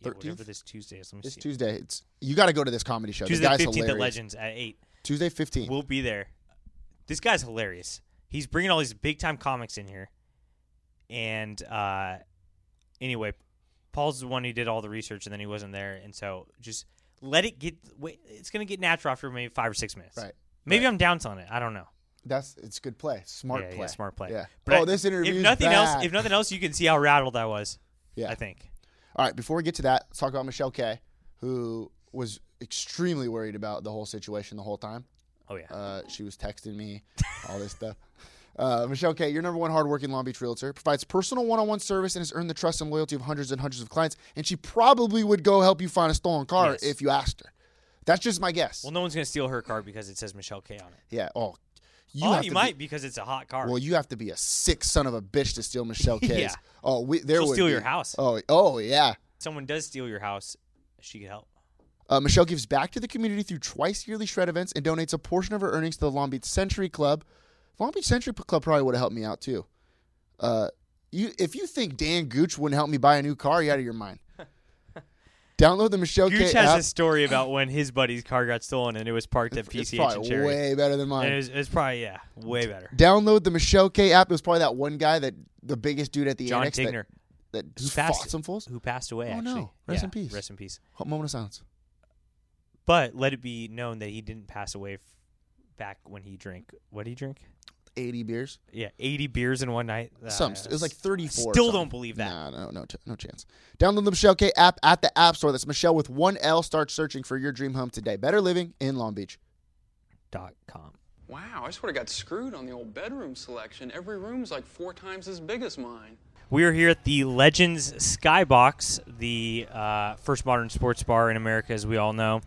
yeah,
13th?
whatever this Tuesday is. Let me
It's
see.
Tuesday. It's you got to go to this comedy show.
Tuesday
the guy's
fifteenth at
hilarious.
Legends at eight.
Tuesday 15th
We'll be there. This guy's hilarious. He's bringing all these big time comics in here. And uh, anyway, Paul's the one who did all the research, and then he wasn't there. And so just let it get. Wait, it's gonna get natural after maybe five or six minutes.
Right,
Maybe I'm down on it. I don't know.
That's it's good play. Smart
yeah,
play.
yeah, smart play.
Yeah.
But
oh,
I-
this interview.
If nothing else, if nothing else, you can see how rattled I was.
Yeah.
I think.
All right, before we get to that, let's talk about Michelle K, who was extremely worried about the whole situation the whole time.
Oh yeah.
Uh, she was texting me, all this stuff. Uh, Michelle K, your number one hardworking Long Beach realtor, provides personal one-on-one service and has earned the trust and loyalty of hundreds and hundreds of clients. And she probably would go help you find a stolen car
Yes.
if you asked her. That's just my guess.
well, no one's gonna steal her car because it says Michelle K on it.
yeah. Oh, you
oh,
have
you
to
might
Be,
because it's a hot car.
well, you have to be a sick son of a bitch to steal Michelle K's.
Yeah.
Oh, we, there
She'll
would
steal
be-
your house.
Oh, oh yeah.
someone does steal your house, she could help.
Uh, Michelle gives back to the community through twice yearly shred events and donates a portion of her earnings to the Long Beach Century Club. Long Beach Century Club probably would have helped me out too. Uh, you, if you think Dan Gooch wouldn't help me buy a new car, you're out of your mind. Download the Michelle
Gooch
K
has
app.
a story about when his buddy's car got stolen and it was parked at
uh, it's
PCH and
probably
Cherry.
way better than
and
mine.
it was, it was probably yeah, way better.
Download the Michelle K app. It was probably that one guy that the biggest dude at the
John
annex that-
Tigner,
that,
who
just fought
passed,
some fools.
who passed away.
Oh,
actually,
no. Rest in
Yeah,
peace.
Rest in peace.
Moment of silence.
But let it be known that he didn't pass away f- back when he drank. What did he drink?
Eighty beers.
Yeah, eighty beers in one night. Uh,
Some. It was like 34. or
Still
something.
don't believe that.
Nah, no, no, no chance. Download the Michelle K app at the App Store. That's Michelle with one L. Start searching for your dream home today. Better living in Long Beach.
Dot com.
Wow, I swear I got screwed on the old bedroom selection. Every room's like four times as big as mine.
We are here at the Legends Skybox, the uh, first modern sports bar in America, as we all know,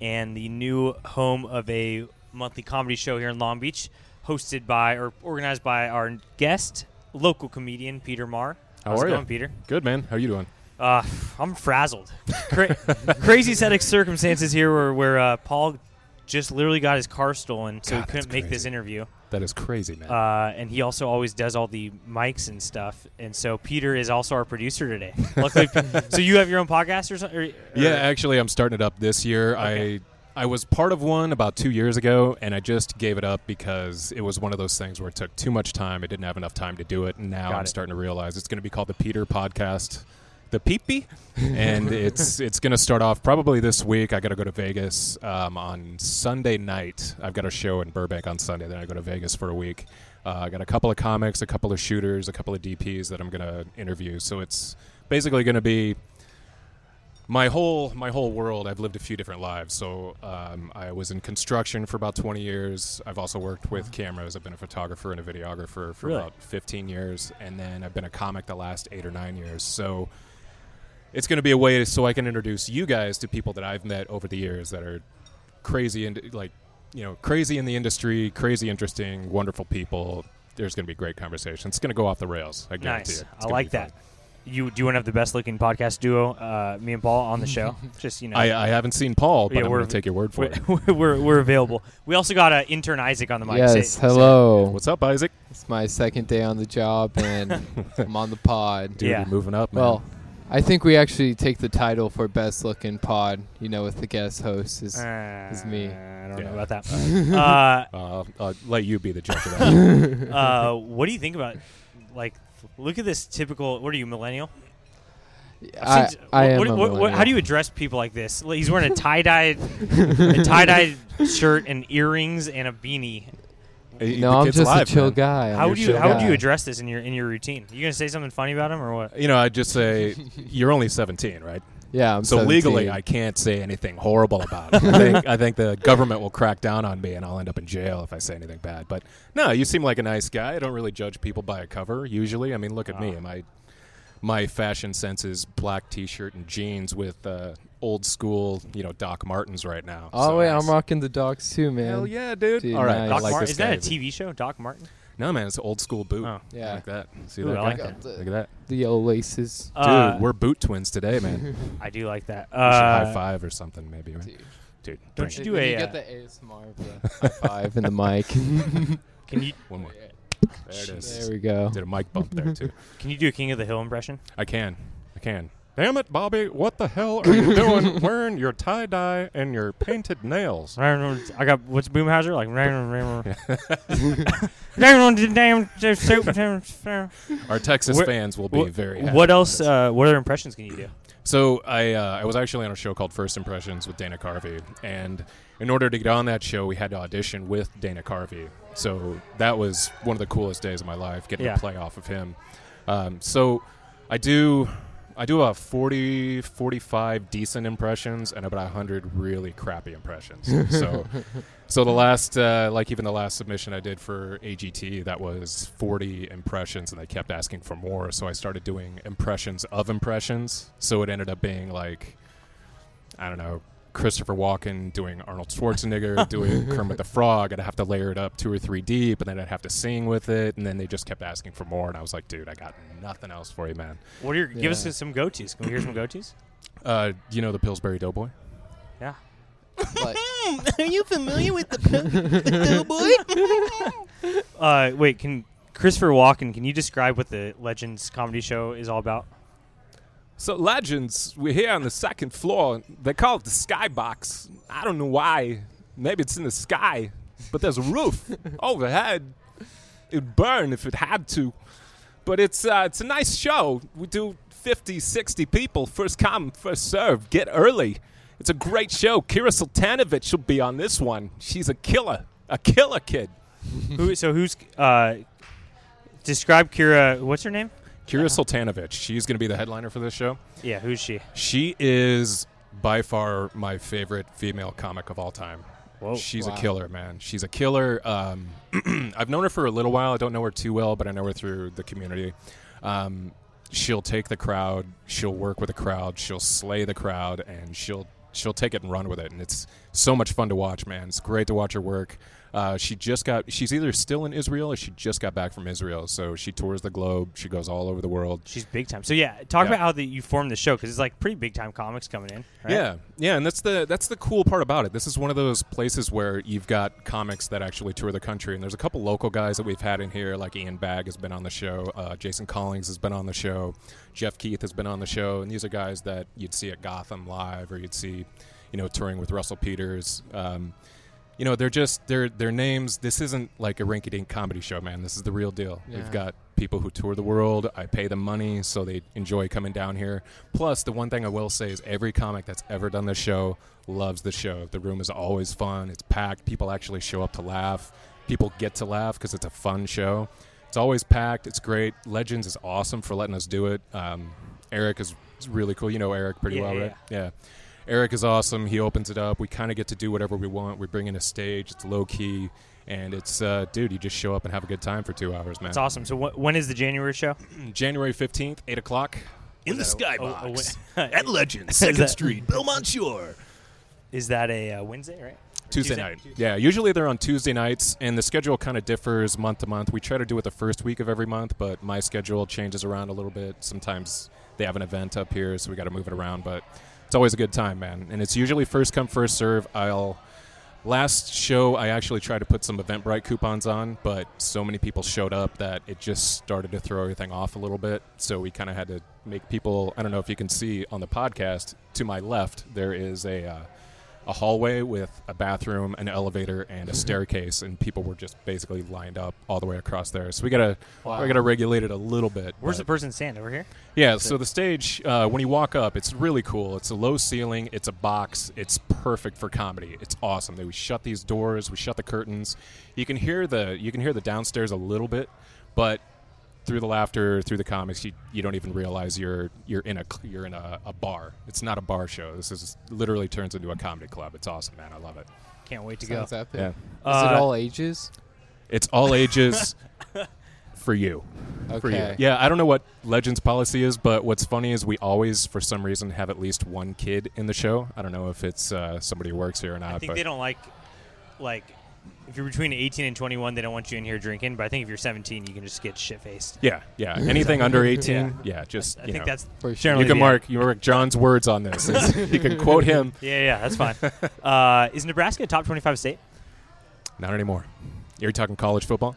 and the new home of a monthly comedy show here in Long Beach, hosted by or organized by our guest, local comedian Peter Marr. How's
How are
it
you?
going, Peter?
Good man. How are you doing?
Uh, I'm frazzled. Cra- crazy set of circumstances here where, where uh, Paul just literally got his car stolen, so
God,
he
that's
couldn't make this
crazy.
interview
That is crazy, man.
uh, and he also always does all the mics and stuff. And so Peter is also our producer today. Luckily, so you have your own podcast or something?
yeah, actually, I'm starting it up this year.
Okay.
I I was part of one about two years ago, and I just gave it up because it was one of those things where it took too much time. I didn't have enough time to do it, and now
Got
I'm
it.
starting to realize it's going to be called the Peter Podcast, the Peepee, and it's it's going to start off probably this week. I got to go to Vegas um, on Sunday night. I've got a show in Burbank on Sunday. Then I go to Vegas for a week. Uh, I got a couple of comics, a couple of shooters, a couple of DPs that I'm going to interview. So it's basically going to be my whole my whole world i've lived a few different lives so um, i was in construction for about 20 years i've also worked with cameras i've been a photographer and a videographer for
Really?
about 15 years and then i've been a comic the last eight or nine years so it's going to be a way so i can introduce you guys to people that i've met over the years that are crazy and like you know crazy in the industry crazy interesting wonderful people there's going to be great conversation it's going to go off the rails i guarantee
Nice.
it It's
I
gonna
like
be fun.
that. You do you want to have the best looking podcast duo, uh, me and Paul, on the show? Just you know,
I, I haven't seen paul but
Yeah,
i'm
we're-
going to take your word for it
we're, we're we're available. We also got uh, intern Isaac on the mic. Say-
Yes,
say-
hello.
what's up isaac
It's my second day on the job, and I'm on the pod.
Dude,
Yeah.
you're moving up, man.
Ah. Well, I think we actually take the title for best looking pod. You know, with the guest host is
Uh,
is me.
I don't know
Yeah.
about that.
uh, I'll let you be the judge of that.
uh, uh, what do you think about like? Look at this typical. What are you, millennial?
I,
Since-
I am.
what-
a
what- what-
millennial.
how do you address people like this? Like, He's wearing a tie dyed, a tie dyed shirt and earrings and a beanie.
Hey,
No,
the
I'm
kid's
just
live,
a chill
man.
guy. I'm
How
a
would you
chill
how would you
guy.
address this in your in your routine? You gonna say something funny about him or what?
You know, I'd just say you're only 17, right?
Yeah, I'm
so legally,
17.
I can't say anything horrible about it. I think, I think the government will crack down on me, and I'll end up in jail if I say anything bad. But no, you seem like a nice guy. I don't really judge people by a cover usually. I mean, look at
Ah.
me. My my fashion sense is black t-shirt and jeans with uh, old school, you know, Doc Martens right now.
Oh
So
wait,
nice.
I'm rocking the dogs too, man.
Hell yeah, dude!
Dude,
All right,
nice.
I
Doc
like
Martin
this
is that a
guy.
TV show? Doc Martin.
No man, it's old school boot.
Oh.
Yeah.
like that. See
Ooh,
that?
I like
guy?
that.
Look at that.
The yellow laces.
Dude,
Uh,
we're boot twins today, man. We should
I do like that.
high
Uh,
five or something, maybe. Right? Dude,
don't
bring
you
it.
do
When
a
you
uh,
get the ASMR of the high five in the mic.
can you
One more. There it is.
there we go.
Did a mic bump there too.
can you do a King of the Hill impression?
I can. I can. Damn it, Bobby! What the hell are you doing wearing your tie dye and your painted nails?
I got what's Boomhauser like. Damn,
Our Texas
Where-
fans will be very. Happy
What
about
else?
this.
Uh, what other impressions can you do?
So I uh, I was actually on a show called First Impressions with Dana Carvey, and in order to get on that show, we had to audition with Dana Carvey. So that was one of the coolest days of my life, getting
Yeah.
to play off of him. Um, so I do I do about 40, 45 decent impressions and about hundred really crappy impressions. so so the last uh, like even the last submission I did for AGT that was 40 impressions and they kept asking for more so I started doing impressions of impressions so it ended up being like I don't know Christopher Walken doing Arnold Schwarzenegger doing Kermit the Frog I'd have to layer it up two or three deep and then I'd have to sing with it and then they just kept asking for more and I was like dude I got nothing else for you man
What are your? Give us
Yeah.
some go tos. Can we hear some go tos?
uh, you know the Pillsbury Doughboy
Yeah.
Like,
Are you familiar with the, boy? uh, wait, can Christopher Walken? Can you describe what the Legends comedy show is all about?
So legends, we're here on the second floor. They call it the skybox. I don't know why. Maybe it's in the sky, but there's a roof overhead. It'd burn if it had to. But it's uh, it's a nice show. We do 50, 60 people, first come, first serve. Get early. It's a great show. Kira Sultanovich will be on this one. She's a killer, a killer kid.
Who? So who's? Uh, describe Kira. What's her name?
Kira Sultanovich. She's going to be the headliner for this show.
Yeah, who's she?
She is by far my favorite female comic of all time. She's a killer, man. She's a killer. Um, I've known her for a little while. I don't know her too well, but I know her through the community. Um, she'll take the crowd. She'll work with the crowd. She'll slay the crowd, and she'll she'll take it and run with it. And it's so much fun to watch, man. It's great to watch her work. Uh, she just got. She's either still in Israel or she just got back from Israel. So she tours the globe. She goes all over the world.
She's big time. So yeah, talk
Yeah.
about how the, you formed the show because it's like pretty big time comics coming in. Right?
Yeah, yeah, and that's the that's the cool part about it. This is one of those places where you've got comics that actually tour the country, and there's a couple local guys that we've had in here, like Ian Bagg has been on the show, uh, Jason Collings has been on the show, Jeff Keith has been on the show, and these are guys that you'd see at Gotham Live or you'd see, you know, touring with Russell Peters. Um, you know, they're just their their names. This isn't like a rinky-dink comedy show, man. This is the real deal.
Yeah.
We've got people who tour the world. I pay them money, so they enjoy coming down here. Plus, the one thing I will say is every comic that's ever done this show loves the show. The room is always fun. It's packed. People actually show up to laugh. People get to laugh because it's a fun show. It's always packed. It's great. Legends is awesome for letting us do it. Um, Eric is is really cool. You know Eric pretty
Yeah,
well,
yeah,
right? Yeah. Eric is awesome. He opens it up. We kind of get to do whatever we want. We bring in a stage. It's low key, and it's uh, dude. You just show up and have a good time for two hours, man.
That's awesome. So wh- when is the January show?
January fifteenth, eight o'clock.
In the skybox
at Legends, Second Street,
Belmont Shore. Is that a uh, Wednesday, right? Or
Tuesday, night. Yeah, usually they're on Tuesday nights, and the schedule kind of differs month to month. We try to do it the first week of every month, but my schedule changes around a little bit. Sometimes they have an event up here, so we got to move it around. But it's always a good time, man. And it's usually first come, first serve. I'll last show I actually tried to put some Eventbrite coupons on, but so many people showed up that it just started to throw everything off a little bit. So we kind of had to make people. I don't know if you can see on the podcast to my left there is a. Uh, a hallway with a bathroom, an elevator, and
Mm-hmm.
a staircase, and people were just basically lined up all the way across there. So we gotta
Wow.
we gotta regulate it a little bit.
Where's the
but-
person stand over here?
yeah, so the stage, uh, when you walk up, it's really cool. It's a low ceiling, it's a box, it's perfect for comedy. It's awesome. They, we shut these doors, we shut the curtains. You can hear the you can hear the downstairs a little bit, but through the laughter, through the comics, you, you don't even realize you're you're in a cl- you're in a, a bar. It's not a bar show. This is literally turns into a comedy club. It's awesome, man. I love it.
Can't wait to
Sounds
go.
epic.
Yeah.
Is
Uh,
it all ages?
It's all ages for you. For you.
Okay.
Yeah, I don't know what Legends policy is, but what's funny is we always, for some reason, have at least one kid in the show. I don't know if it's uh, somebody who works here or not.
I think
but
they don't like, like, if you're between 18 and 21, they don't want you in here drinking. But I think if you're 17, you can just get shit faced.
Yeah, yeah. Anything under 18, yeah,
Yeah.
just,
I
you
think
know.
that's
For sure.
generally
you can
the-
mark you mark John's words on this. you can quote him.
Yeah, yeah, that's fine. uh, is Nebraska a top 25 state?
Not anymore. You're talking college football,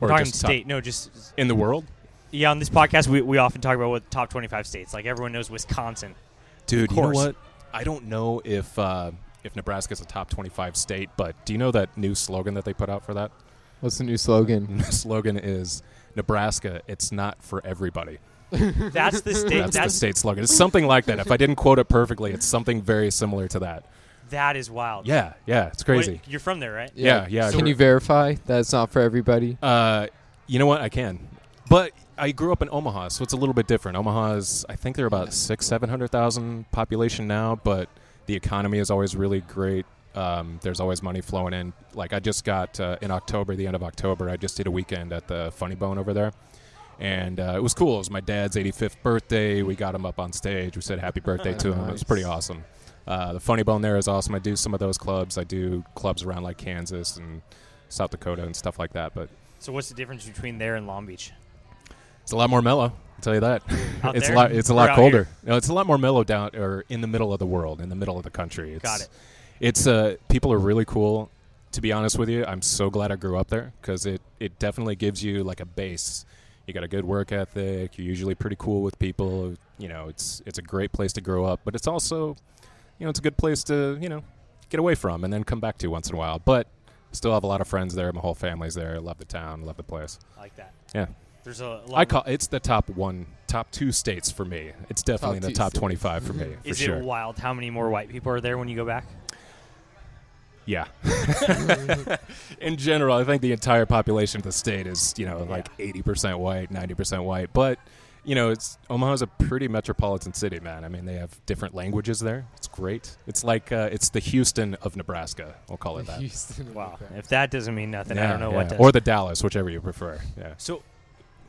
or
Talking
just top-
state? No, just
in the world,
yeah. On this podcast, we, we often talk about what top 25 states. Like everyone knows Wisconsin.
dude.
Of
You know
course.
what? I don't know if uh, if Nebraska's a top 25 state, but do you know that new slogan that they put out for that?
What's the new slogan?
The slogan is Nebraska. It's not for everybody.
That's the state.
That's,
that's
the state slogan. It's something like that. If I didn't quote it perfectly, it's something very similar to that.
that is wild.
Yeah, yeah, it's
What-
crazy.
you're from there, right?
Yeah, yeah,
Can
sure.
you verify that it's not for everybody?
Uh, you know what? I can, but I grew up in Omaha, so it's a little bit different. Omaha is, I think, they're about six, seven hundred thousand population now, but the economy is always really great. Um, there's always money flowing in. Like I just got uh, in October, the end of October, I just did a weekend at the Funny Bone over there. And uh, it was cool. It was my dad's 85th birthday. We got him up on stage. We said happy birthday to him. It was pretty awesome. Uh, the Funny Bone there is awesome. I do some of those clubs. I do clubs around like Kansas and South Dakota and stuff like that. But
So what's the difference between there and Long Beach?
it's a lot more mellow. I'll tell you that.
Out
it's
there?
a lot. It's a
Or
lot
out
colder.
here?
No, it's a lot more mellow down or in the middle of the world, in the middle of the country. It's,
Got it.
It's uh, people are really cool. To be honest with you, I'm so glad I grew up there because it it definitely gives you like a base. You got a good work ethic. You're usually pretty cool with people. You know, it's it's a great place to grow up, but it's also, you know, it's a good place to you know get away from and then come back to once in a while. But still have a lot of friends there. My whole family's there. Love the town. Love the place.
I like that.
Yeah.
There's a lot.
I
of-
call it's the top one, top two states for me. It's definitely in the
two
top
states.
twenty-five for me, for
Mm-hmm. Is
sure.
it wild how many more white people are there when you go back?
yeah. in general, I think the entire population of the state is you know like eighty percent white, ninety percent white. But you know, it's Omaha's a pretty metropolitan city, man. I mean, they have different languages there. It's great. It's like uh, it's the Houston of Nebraska. I'll call it that.
Houston.
Wow. If that doesn't mean nothing, I
Yeah,
don't know
yeah.
what does.
or the Dallas, whichever you prefer. Yeah.
so,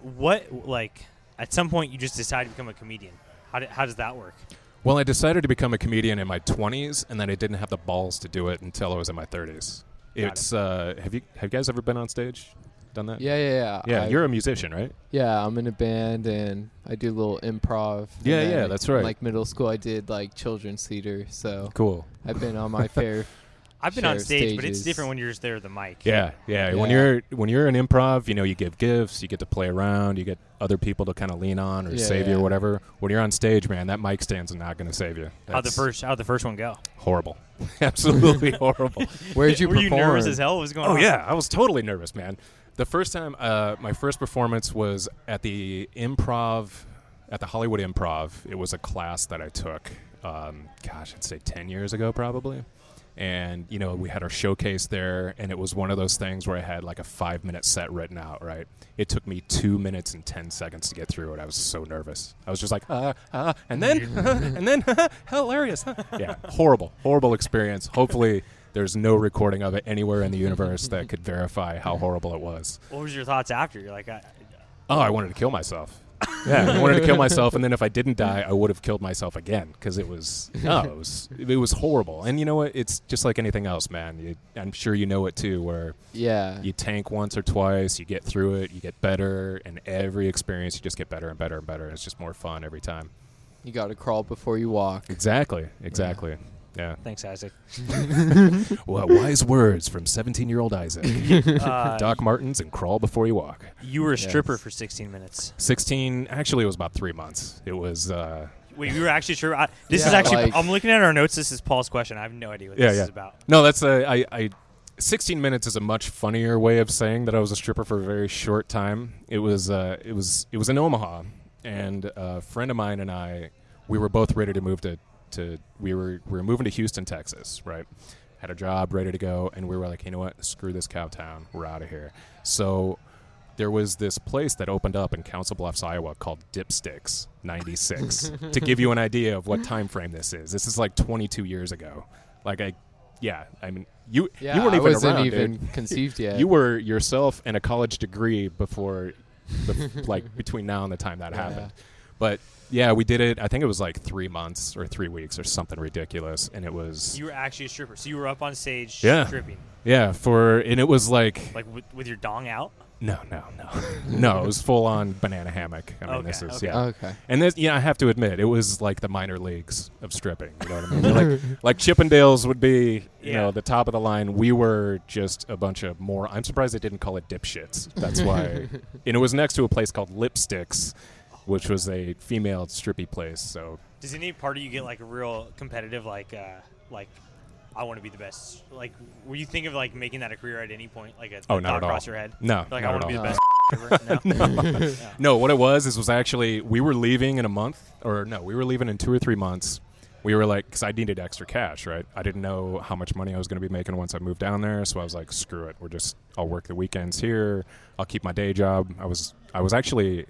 what like at some point you just decide to become a comedian? How, did, how does that work?
Well, I decided to become a comedian in my 20s, and then I didn't have the balls to do it until I was in my 30s. It's uh, have you have you guys ever been on stage, done that?
Yeah, yeah, yeah.
yeah.
I-
you're a musician, right?
Yeah, I'm in a band and I do a little improv. and
Yeah,
then
yeah, that's right.
Like middle school, I did like children's theater, so
Cool.
I've been on my fair
I've been
share
on stage, but it's
stages.
different when you're just there at the mic.
Yeah, yeah, When
Yeah.
you're when you're an improv, you know, you give gifts, you get to play around, you get other people to kind of lean on or
Yeah,
save you
yeah.
or whatever. When you're on stage, man, that mic stand's not going to save you.
How'd the
That's
first how'd the first one go?
horrible, absolutely horrible.
Where'd you
Were you nervous
perform?
as hell? What was going
oh
on?
yeah, I was totally nervous, man. The first time, uh, my first performance was at the improv, at the Hollywood Improv. It was a class that I took, um, gosh, I'd say ten years ago probably. And you know, we had our showcase there, and it was one of those things where I had like a five minute set written out. Right, it took me two minutes and ten seconds to get through it. I was so nervous. I was just like, uh, uh, and then, and then, hilarious. huh? Yeah, horrible, horrible experience. Hopefully. There's no recording of it anywhere in the universe that could verify how horrible it was.
What was your thoughts after? You're like, I,
Oh, I wanted to kill myself. Yeah, I wanted to kill myself, and then if I didn't die, I would have killed myself again because it was no, it was it was horrible. And you know what? It's just like anything else, man. You, I'm sure you know it too, where
Yeah.
you tank once or twice, you get through it, you get better, and every experience you just get better and better and better, and it's just more fun every time.
You got to crawl before you walk.
Exactly, exactly. Yeah.
thanks, Isaac.
Well, wise words from 17-year-old Isaac,
Uh,
Doc Martens, and crawl before you walk.
you were a stripper for 16 minutes.
16 actually it was about three months it was uh
Wait, you were actually sure. I, this is
Yeah,
actually.
like-
I'm looking at our notes. This is Paul's question. I have no idea what
yeah
this
yeah
is about.
no that's a I, I 16 minutes is a much funnier way of saying that i was a stripper for a very short time it was uh it was it was in omaha and a friend of mine and i we were both ready to move to to we were we were moving to houston texas right had a job ready to go and we were like you know what screw this cow town we're out of here so there was this place that opened up in Council Bluffs, Iowa called Dipsticks 96. to give you an idea of what time frame this is. This is like 22 years ago. Like I yeah, I mean you
Yeah,
you weren't
I
even
wasn't
around,
even
dude.
conceived yet.
You were yourself and a college degree before bef- like between now and the time that happened. But yeah, we did it. I think it was like 3 months or 3 weeks or something ridiculous and it was
You were actually a stripper. So you were up on stage
Yeah.
stripping,
yeah, for and it was like
like with, with your dong out.
No, no, no, no. It was full on banana hammock. I mean,
Okay,
this is
okay.
yeah.
Okay.
And this, yeah, I have to admit, it was like the minor leagues of stripping. You know what I mean? like, like Chippendales would be, you
Yeah.
know, the top of the line. We were just a bunch of more. I'm surprised they didn't call it dipshits. That's why. and it was next to a place called Lipsticks, which was a female strippy place. So
Does any part of you get like real competitive? Like, uh, like I want to be the best. Like, were you thinking of like making that a career at any point? Like a
Oh,
a
not
thought
at all.
across your head.
No,
Like
not
I
at
want to be the
all.
best. stripper? no.
No, what it was is was actually we were leaving in a month, or no, we were leaving in two or three months. We were like, because I needed extra cash, right? I didn't know how much money I was going to be making once I moved down there, so I was like, screw it, we're just I'll work the weekends here, I'll keep my day job. I was I was actually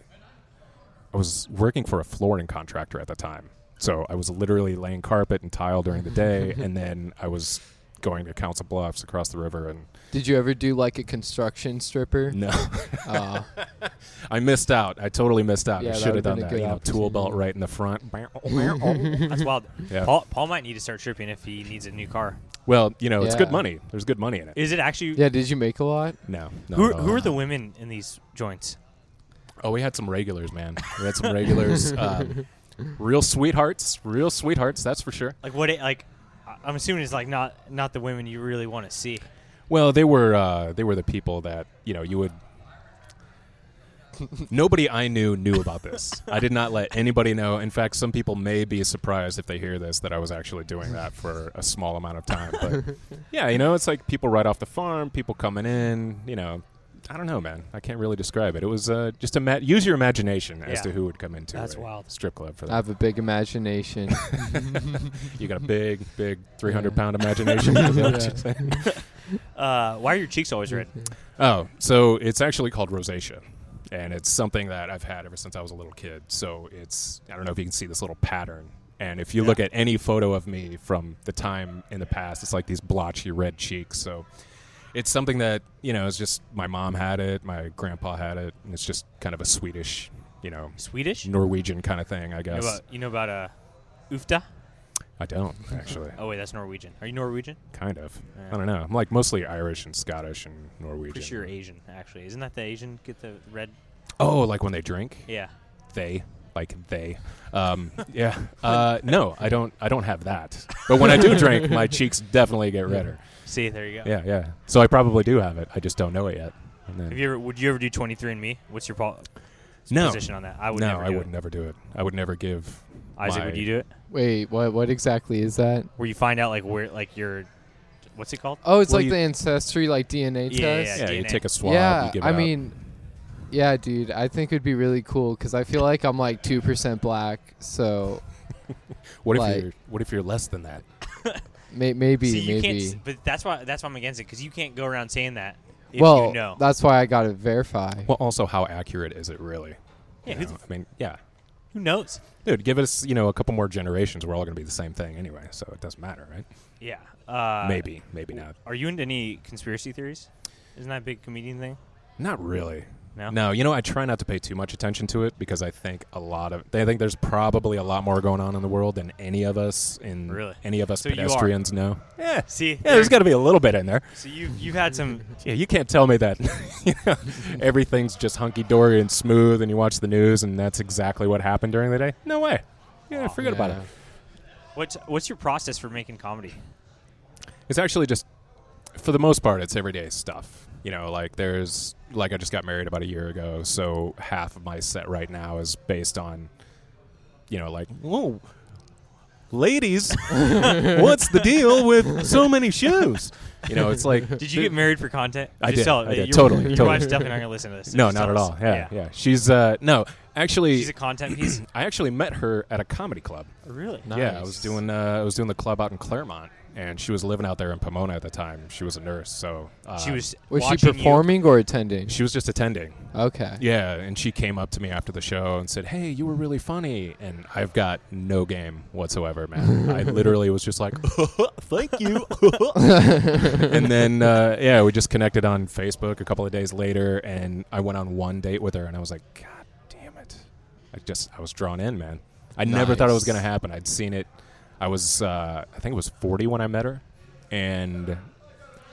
I was working for a flooring contractor at the time, so I was literally laying carpet and tile during the day, and then I was going to Council Bluffs across the river, and
Did you ever do like a construction stripper?
no.
Uh,
I missed out. I totally missed out.
Yeah,
I
that
should have
would've
done
been a
that.
good
You know, tool belt
opportunity.
right in the front.
That's wild.
Yeah.
Paul, Paul might need to start stripping if he needs a new car.
well, you know, it's
Yeah.
good money. There's good money in it.
Is it actually?
yeah. Did you make a lot?
No. no
Who,
no.
who are the women in these joints?
Oh, we had some regulars, man. We had some regulars. um, real sweethearts. Real sweethearts. That's for sure.
Like what? It, like I- I'm assuming it's like not not the women you really want to see.
Well, they were uh, they were the people that you know you would. Nobody I knew knew about this. I did not let anybody know. In fact, some people may be surprised if they hear this that I was actually doing that for a small amount of time. But yeah, you know, it's like people right off the farm, people coming in. You know, I don't know, man. I can't really describe it. It was uh, just ima- use your imagination as
Yeah.
to who would come into
That's
a
wild.
strip club for
I
that.
have a big imagination.
you got a big, big three hundred
Yeah.
pound imagination. Is that what you're saying?
Uh, why are your cheeks always red?
Oh, so it's actually called rosacea, and it's something that I've had ever since I was a little kid. So it's I don't know if you can see this little pattern. And if you look at any photo of me from the time in the past, it's like these blotchy red cheeks. So it's something that you know it's just my mom had it, my grandpa had it, and it's just kind of a Swedish, you know,
Swedish?
Norwegian kind of thing, I
You know
guess.
about, you know about uh, Ufta?
I don't actually,
Oh wait, that's Norwegian. Are you Norwegian?
kind of.
Yeah.
I don't know. I'm like mostly Irish and Scottish and Norwegian.
Pretty sure you're Asian, actually. Isn't that the Asian get the red?
Oh, like when they drink,
Yeah.
they like they. Um, yeah. Uh, no, I don't. I don't have that. But when I do drink, my cheeks definitely get redder.
See, there you go.
Yeah, yeah. So I probably do have it. I just don't know it yet. And then-
Have you ever? Would you ever do 23andMe? What's your pol-
no
position on that? I would
No,
never
I
do
would
it.
never do it. I would never give.
Isaac, would
my-
you do it?
Wait, what? What exactly is that?
Where you find out like where like your what's it called?
Oh, it's
Well,
like
you-
the ancestry, like
Yeah,
DNA
yeah,
test.
Yeah, you
DNA.
take a swab.
yeah,
you give it
I
up.
mean, yeah, dude. I think it'd be really cool because I feel like I'm like two percent black, so
what if
like-
you're what if you're less than that?
may- maybe,
See, you can't.
maybe.
s- But that's why that's why I'm against it because you can't go around saying that. If
well,
you know.
that's why I gotta verify.
Well, also, how accurate is it really?
Yeah,
You
who
know,
the f-
I mean, yeah,
who knows?
dude, give us you know a couple more generations. We're all going to be the same thing anyway, so it doesn't matter, right?
Yeah. Uh,
maybe, maybe not.
Are you into any conspiracy theories? Isn't that a big comedian thing?
Not really.
No?
No, you know, I try not to pay too much attention to it because I think a lot of I think there's probably a lot more going on in the world than any of us in
Really?
any of us
So you are.
pedestrians know. Yeah.
See,
Yeah, there's got to be a little bit in there.
So you you've had some.
Yeah, you can't tell me that you know, everything's just hunky dory and smooth, and you watch the news, and that's exactly what happened during the day. No way. Yeah, forget about it.
Yeah.
What's what's your process for making comedy?
It's actually just, for the most part, it's everyday stuff. You know, like there's, like I just got married about a year ago, so half of my set right now is based on, you know, like, whoa, ladies, what's the deal with so many shows? You know, it's like.
Did you get married for content?
I
Just
did,
tell-
I did,
Your,
totally,
Your
totally.
wife's definitely not gonna listen to this. so
No,
just
not
tell
at
us.
all. Yeah, yeah. She's, uh, no, actually.
She's a content piece.
I actually met her at a comedy club.
really?
Yeah, I was doing uh, I was doing the club out in Claremont, and she was living out there in Pomona at the time. She was a nurse, so uh,
She was.
Was she
watching you-
performing or attending?
she was just attending.
Okay.
Yeah, and she came up to me after the show and said, "Hey, you were really funny." And I've got no game whatsoever, man. I literally was just like, "Thank you." and then uh, yeah, we just connected on Facebook a couple of days later, and I went on one date with her, and I was like, "God damn it!" I just I was drawn in, man. I never thought it was
Nice.
gonna happen. I'd seen it. I was uh, I think it was 40 when I met her, and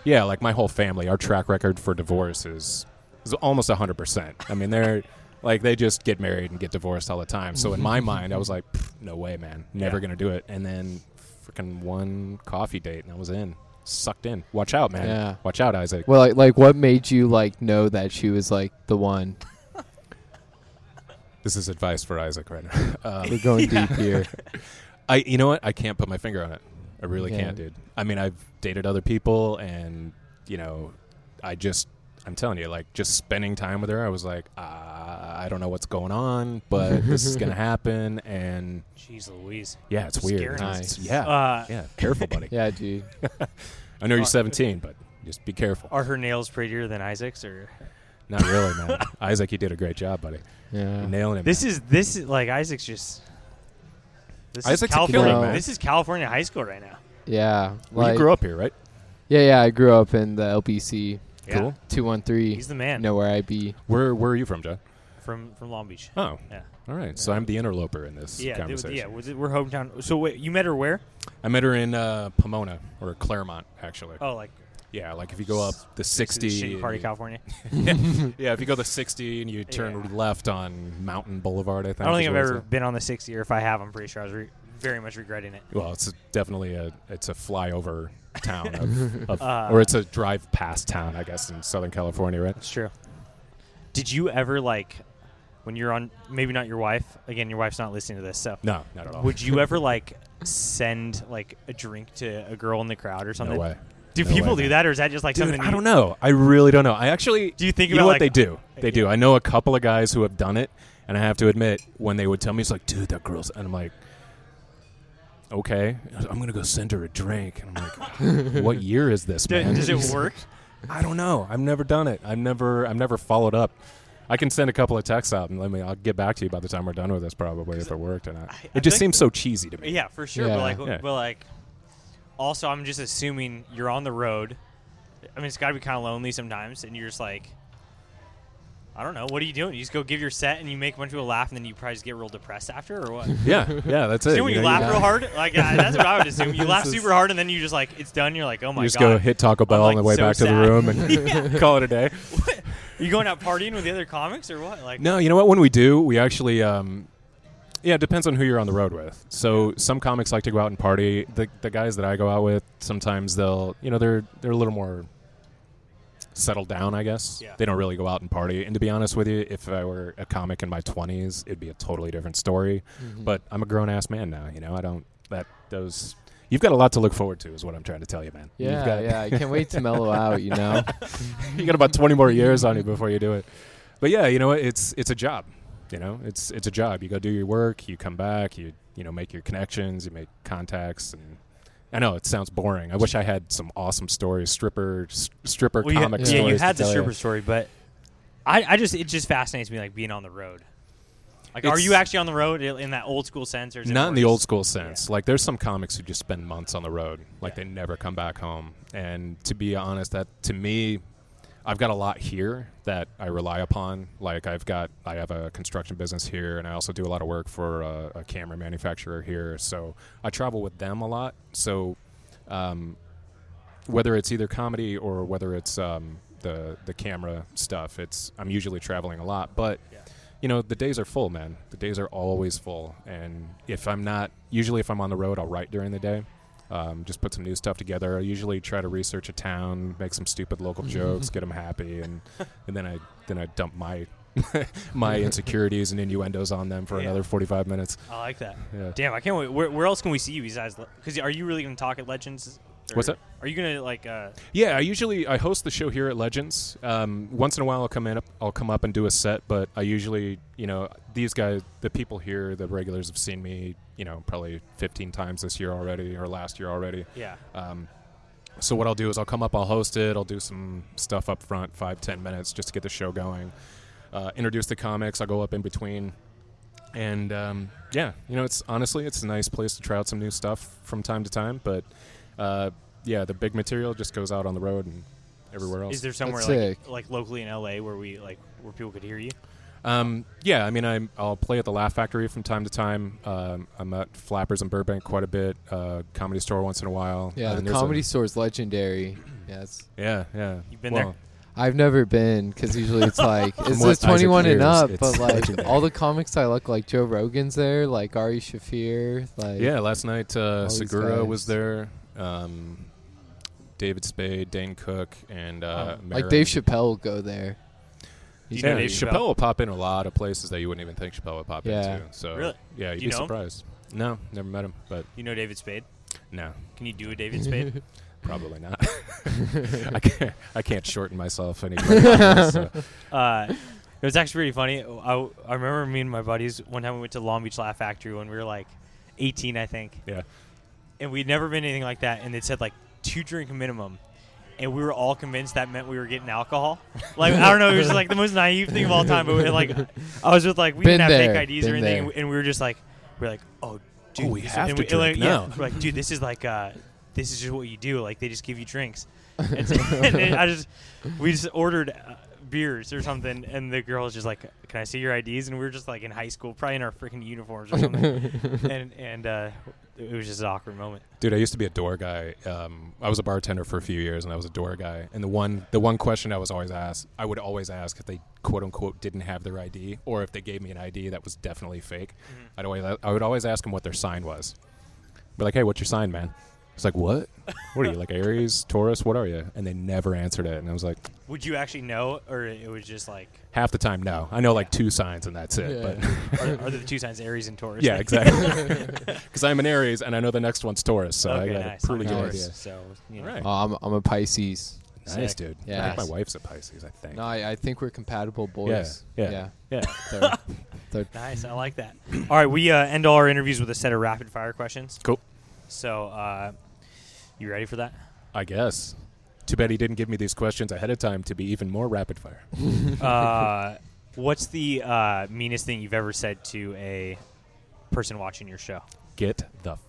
yeah, like my whole family, our track record for divorce is, is almost 100%. I mean, they're like, they just get married and get divorced all the time. So in my
Mm-hmm.
mind, I was like, "Pfft, no way, man. Never
Yeah.
going to do it. And then freaking one coffee date and I was in. Sucked in. Watch out, man.
Yeah.
Watch out, Isaac.
Well, like, like, what made you like know that she was like the one?
This is advice for Isaac right now. Um,
We're uh, going deep here.
I, you know what? I can't put my finger on it. I really
Yeah.
can't, dude. I mean, I've dated other people, and you know, I just, I'm telling you, like, just spending time with her, I was like, uh, I don't know what's going on, but this is gonna happen, and
Jeez Louise.
yeah, it's
Scary.
weird.
Nice.
Yeah,
Uh,
yeah. Careful, buddy.
Yeah, dude.
I know you're 17, but just be careful.
Are her nails prettier than Isaac's? Or
Not really, man. Isaac, you did a great job, buddy. You're
Yeah.
nailing it.
this is this is like Isaac's just. This
Isaac's a
is California.
killer, man.
This is California high school right now.
Yeah.
well,
Like,
you grew up here, right?
Yeah, yeah. I grew up in the LBC
Yeah.
Cool.
two one three.
He's the man.
Know where I be?
Where Where are you from, John?
From from Long Beach.
Oh,
Yeah.
all right. So I'm the interloper in this
Yeah, they-
conversation.
yeah, was it- we're hometown. So wait, you met her where?
I met her in uh, Pomona or Claremont, actually.
Oh, like
Yeah, like if you go up the
sixty
60,
shitty party,
and
California.
you- yeah, if you go the 60 and you turn
Yeah.
left on Mountain Boulevard, I think.
I don't
is
think I've
where it's
ever
at.
been on the sixty, or if I have, I'm pretty sure I was re- very much regretting it.
Well, it's definitely a it's a flyover town of, of
Uh.
or it's a drive past town, I guess, in Southern California, right?
It's true. Did you ever like when you're on? Maybe not your wife. Again, your wife's not listening to this, so
No, not at all.
Would you ever like send like a drink to a girl in the crowd or something?
way.
Do
No
people do
way, man.
that, or is that just like
Dude,
something?
I don't know. I really don't know. I actually
Do you think
you know
about,
what
like-
they do? They do. I know a couple of guys who have done it, and I have to admit, when they would tell me, it's like, dude, that girl's, and I'm like, okay, I'm gonna go send her a drink, and I'm like, what year is this,
Do-
man?
does it work?
I don't know. I've never done it. I've never, I've never followed up. I can send a couple of texts out and let me. I'll get back to you by the time we're done with this, probably if it worked or not.
I
it just
think-
seems so cheesy to me.
Yeah, for sure. But
Yeah.
like,
Yeah.
but like, also, I'm just assuming you're on the road. I mean, it's got to be kind of lonely sometimes, and you're just like, I don't know, what are you doing? You just go give your set, and you make a bunch of people laugh, and then you probably just get real depressed after, or what? You
yeah, yeah. That's it.
know when you,
know,
laugh real hard, like uh, that's what I would assume. You laugh super hard, and then you just like it's done. You're like, oh my
you just
god,
go hit Taco Bell on
like,
the way
so
back to
sad.
the room and call it a day.
you going out partying with the other comics or what? Like,
No, you know what? When we do, we actually um, yeah, it depends on who you're on the road with. So some comics like to go out and party. The, the guys that I go out with, sometimes they'll, you know, they're they're a little more settled down, I guess.
Yeah.
They don't really go out and party. And to be honest with you, if I were a comic in my 20s, it'd be a totally different story.
Mhm.
But I'm a grown ass man now, you know. I don't that those You've got a lot to look forward to, is what I'm trying to tell you, man. You've
Yeah,
got-
yeah. I can't wait to mellow out. You know.
you got about 20 more years on you before you do it. But yeah, you know what? It's it's a job. You know, it's it's a job. You go do your work, you come back, you you know make your connections, you make contacts, and I know it sounds boring. I wish I had some awesome stories, stripper s- stripper
Well, you-
comic
yeah,
stories.
you had
to
the
tell ya.
stripper story, but I, I just it just fascinates me like being on the road. Like, are
It's-
you actually on the road i- in that old school sense, or is it
Not in
more
the
just-
old school sense. Like there's some comics who just spend months on the road, like they never come back home. And to be honest, that to me, I've got a lot here that I rely upon. Like I've got, I have a construction business here, and I also do a lot of work for a, a camera manufacturer here. So I travel with them a lot. So um, whether it's either comedy or whether it's um, the the camera stuff, it's I'm usually traveling a lot, but you know the days are full, man. The days are always full, and if I'm not usually if I'm on the road, I'll write during the day. Um, just put some new stuff together. I usually try to research a town, make some stupid local jokes, get them happy, and and then I then I dump my my insecurities and innuendos on them for
Yeah.
another 45 minutes.
I like that.
Yeah.
Damn, I can't wait. Where, where else can we see you besides? Because are you really going to talk at Legends?
What's that?
Are you going to like? Uh,
Yeah, I usually I host the show here at Legends. Um, once in a while, I'll come in, I'll come up and do a set, but I usually, you know, these guys, the people here, the regulars have seen me, you know, probably 15 times this year already or last year already.
Yeah.
Um, so what I'll do is I'll come up, I'll host it, I'll do some stuff up front, five ten minutes, just to get the show going. Uh, introduce the comics. I'll go up in between, and um, yeah, you know, it's honestly it's a nice place to try out some new stuff from time to time. But uh, yeah, the big material just goes out on the road and everywhere else.
is there somewhere
That's
like,
sick.
like locally in LA where we like where people could hear you?
Um, yeah, I mean, I'm, I'll play at the Laugh Factory from time to time. Um, I'm at Flappers in Burbank quite a bit. Uh, comedy Store once in a while. And
Yeah, Uh, the
there's a-
comedy store is legendary. Yes.
yeah, yeah.
You've been
Well,
there?
I've never been because usually it's like
From
is
what
this
Isaac
21 and
hears,
up,
it's
but like
legendary.
all the comics I like, like Joe Rogan's there, like Ari Shafir, like
Yeah, last night uh,
these
Segura
guys.
was there. Um, David Spade, Dane Cook, and uh,
like
Marin.
Dave Chappelle will go there.
Do you
Yeah,
know Dave
Chappelle. will pop in a lot of places that you wouldn't even think Chappelle would pop
Yeah.
into. So
Really?
yeah, you'd
Do you
be
know him?
surprised. No, never met him, but
You know David Spade?
no,
Can you do a David Spade?
probably not. I can't. I can't shorten myself any. further, so.
uh, it was actually pretty funny. I, I remember me and my buddies one time we went to Long Beach Laugh Factory when we were like 18, I think,
Yeah.
and we'd never been to anything like that. And it said like two drink minimum, and we were all convinced that meant we were getting alcohol. Like I don't know, it was like the most naive thing of all time. But we, like I was with like we
Been
didn't have
there,
fake IDs or
been
anything, and
there.
we, and we were just like we are like oh dude,
we
this is-
have
and
to
and, like,
drink
yeah,
now.
we're like dude, this is like uh, this is just what you do. Like they just give you drinks. And, so, and then I just we just ordered uh, beers or something, and the girl was just like, "Can I see your IDs?" And we were just like in high school, probably in our freaking uniforms or something, and and uh, it was just an awkward moment.
Dude, I used to be a door guy. Um, I was a bartender for a few years, and I was a door guy. And the one, the one question I was always asked, I would always ask if they quote unquote didn't have their ID, or if they gave me an ID that was definitely fake.
Mm-hmm.
I'd always, I would always ask them what their sign was. Be like, hey, what's your sign, man? It's like, what? What are you like, Aries, Taurus? What are you? And they never answered it. And I was like,
Would you actually know, or it was just like,
half the time, no. I know like two signs, and that's it.
Yeah.
But
are, are the two signs Aries and Taurus?
yeah, exactly. Because I'm an Aries, and I know the next one's Taurus, so
okay,
I got
nice.
a pretty
I'm
good
Nice.
idea.
So you know.
All right.
Oh, I'm, I'm a Pisces.
Nice,
Sick.
dude. I
Yeah.
think my wife's a Pisces. I think.
No, I, I think we're compatible boys.
Yeah,
yeah.
yeah, yeah.
They're- they're-
Nice, I like that. All right, we uh, end all our interviews with a set of rapid fire questions.
Cool.
So, uh, you ready for that?
I guess. Too bad he didn't give me these questions ahead of time to be even more rapid fire.
uh, what's the uh, meanest thing you've ever said to a person watching your show?
Get the f-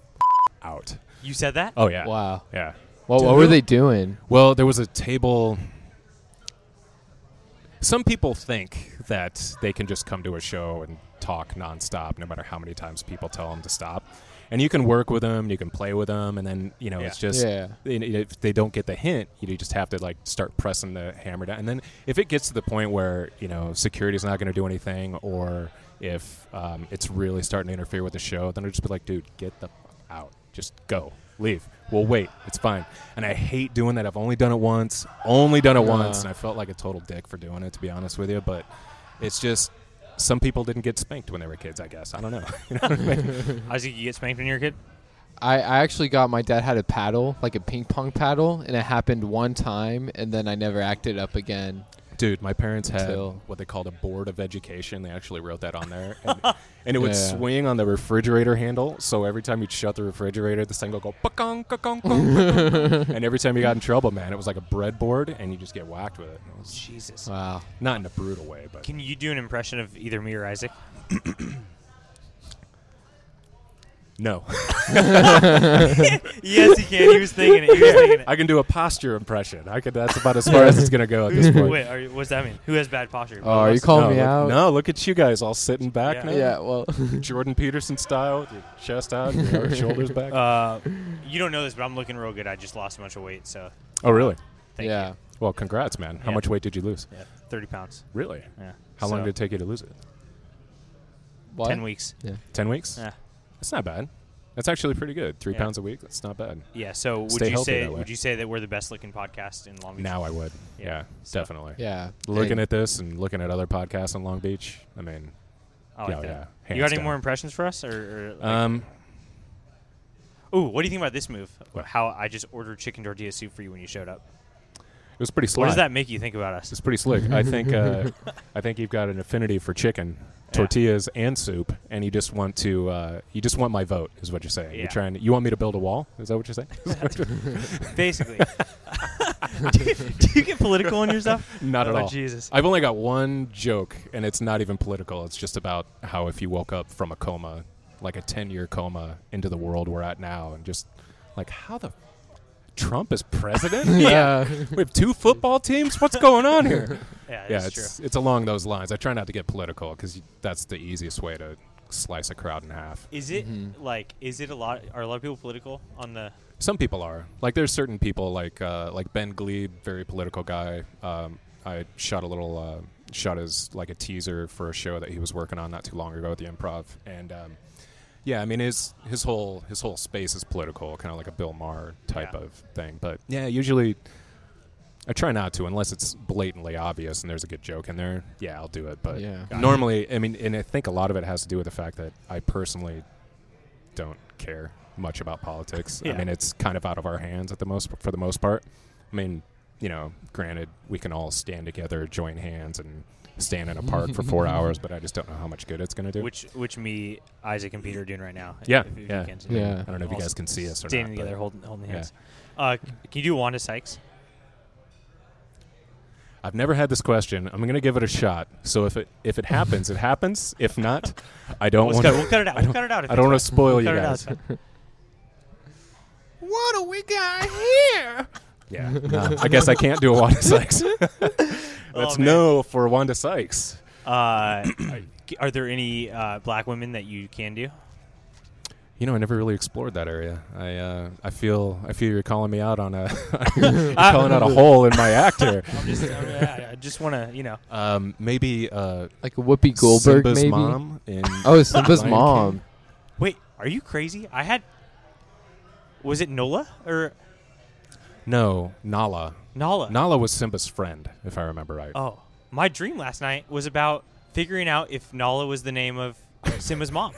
out.
You said that?
Oh yeah.
wow.
Yeah.
Well, what were they doing?
Well, there was a table. Some people think that they can just come to a show and talk nonstop, no matter how many times people tell them to stop. And you can work with them, you can play with them, and then you know it's
Yeah.
just
Yeah.
and if they don't get the hint, you just have to like start pressing the hammer down. And then if it gets to the point where you know security's not going to do anything, or If um, it's really starting to interfere with the show, then I'll just be like, dude, get the fuck out. Just go. Leave. We'll wait. It's fine. And I hate doing that. I've only done it once. Only done it
Yeah.
once. And I felt like a total dick for doing it, to be honest with you. But it's just some people didn't get spanked when they were kids, I guess. I don't know. You know what I mean?
Isaac, you get spanked when you're a kid?
I, I actually got my dad had a paddle, like a ping pong paddle, and it happened one time, and then I never acted up again.
Dude, my parents had
Until-
what they called a board of education. They actually wrote that on there. And, and it would
Yeah.
swing on the refrigerator handle. So every time you'd shut the refrigerator, this thing would go, "Pakong, kakong, kakong." and every time you got in trouble, man, it was like a breadboard and you just get whacked with it. And it was-
Jesus.
Uh,
Wow.
not in a brutal way, but
Can you do an impression of either me or Isaac?
no.
yes, he can. He was thinking it. He was thinking it.
I can do a posture impression. I could. That's about as far as it's gonna go at this point.
Wait, are, you- what's that mean? Who has bad posture?
Uh,
Oh, are you
Us?
calling
no,
me
look,
out?
No, look at you guys all sitting back
Yeah.
now.
Yeah. Well.
Jordan Peterson style, with your chest out, your shoulders back.
Uh, you don't know this, but I'm looking real good. I just lost a bunch of weight, so
oh, really?
thank
yeah.
you.
Well, congrats, man. How
Yeah.
much weight did you lose?
Yeah, 30 pounds.
Really?
Yeah.
How long
So,
did it take you to lose it?
What?
10 weeks.
Ten weeks.
Yeah.
That's not bad. That's actually pretty good. Three
Yeah.
pounds a week. That's not bad.
Yeah, so would
Stay
you
healthy
say
that way.
would you say that we're the best looking podcast in Long Beach?
Now I would.
Yeah.
Yeah,
So-
definitely.
Yeah.
Looking
And-
at this and looking at other podcasts in Long Beach, I mean,
I like
Yeah,
that.
yeah.
You
Hands
got any
down.
more impressions for us? Or, or like-
um,
ooh, what do you think about this move?
Uh, What?
How I just ordered chicken tortilla soup for you when you showed up.
it was pretty slick.
What does that make you think about us?
It's pretty slick. I think uh, I think you've got an affinity for chicken, tortillas, and soup, and you just want to uh, you just want my vote is what you're saying.
Yeah.
You're trying. You want me to build a wall? Is that what you're saying?
Basically. do, you, do you get political on your stuff?
Not at
Oh,
all.
Jesus.
I've only got one joke, and it's not even political. It's just about how if you woke up from a coma, like a 10 year coma, into the world we're at now, and just like, how the. Trump is president?
Yeah.
We have two football teams? What's going on here?
Yeah,
yeah,
that's
it's, it's along those lines. I try not to get political because that's the easiest way to slice a crowd in half.
true. Is it like is it a lot are a lot of people political on the
Some people are like there's certain people like uh, like Ben Glebe, very political guy. Um, I shot a little uh, shot as like a teaser for a show that he was working on not too long ago at the Improv, and um, yeah, I mean his his whole his whole space is political, kind of like a Bill Maher type
Yeah.
of thing. But yeah, usually I try not to unless it's blatantly obvious and there's a good joke in there. Yeah, I'll do it. But
Yeah.
normally, I mean, and I think a lot of it has to do with the fact that I personally don't care much about politics.
Yeah.
I mean, it's kind of out of our hands at the most for the most part. I mean, you know, granted, we can all stand together, join hands, and stand in a park for four hours, but I just don't know how much good it's going to do.
which which me, Isaac and Peter are doing right now.
Yeah,
If- if you
yeah.
can.
Yeah.
I don't know if you
All
guys can see us or
Standing
not, but-
together, holding, holding
Yeah.
hands. Uh, c- can you do Wanda Sykes?
I've never had this question. I'm going to give it a shot. So if it if it happens, it happens. If not, I don't
Let's
want.
cut- we'll cut it out.
I
We'll
don't-
cut it out if
I
it's
don't want
right.
to spoil
We'll
you
cut it out.
guys.
It's fine.
What do we got here? Yeah, no, I guess I can't do a Wanda Sykes. That's
Oh, man.
no for Wanda Sykes.
Uh, g- are there any uh, black women that you can do?
You know, I never really explored that area. I uh, I feel I feel you're calling me out on a you're
I-
calling out a hole in my act here.
Ah. I'm just, I, mean, Oh, I- I just want to, you know.
Um, maybe uh,
Like a Whoopi Goldberg,
Simba's
maybe.
mom. In
Oh, Simba's
Lion
mom.
King.
Wait, are you crazy? I had. Was it Nola or
No, Nala.
Nala?
Nala was Simba's friend, if I remember right.
Oh, my dream last night was about figuring out if Nala was the name of uh, Simba's mom.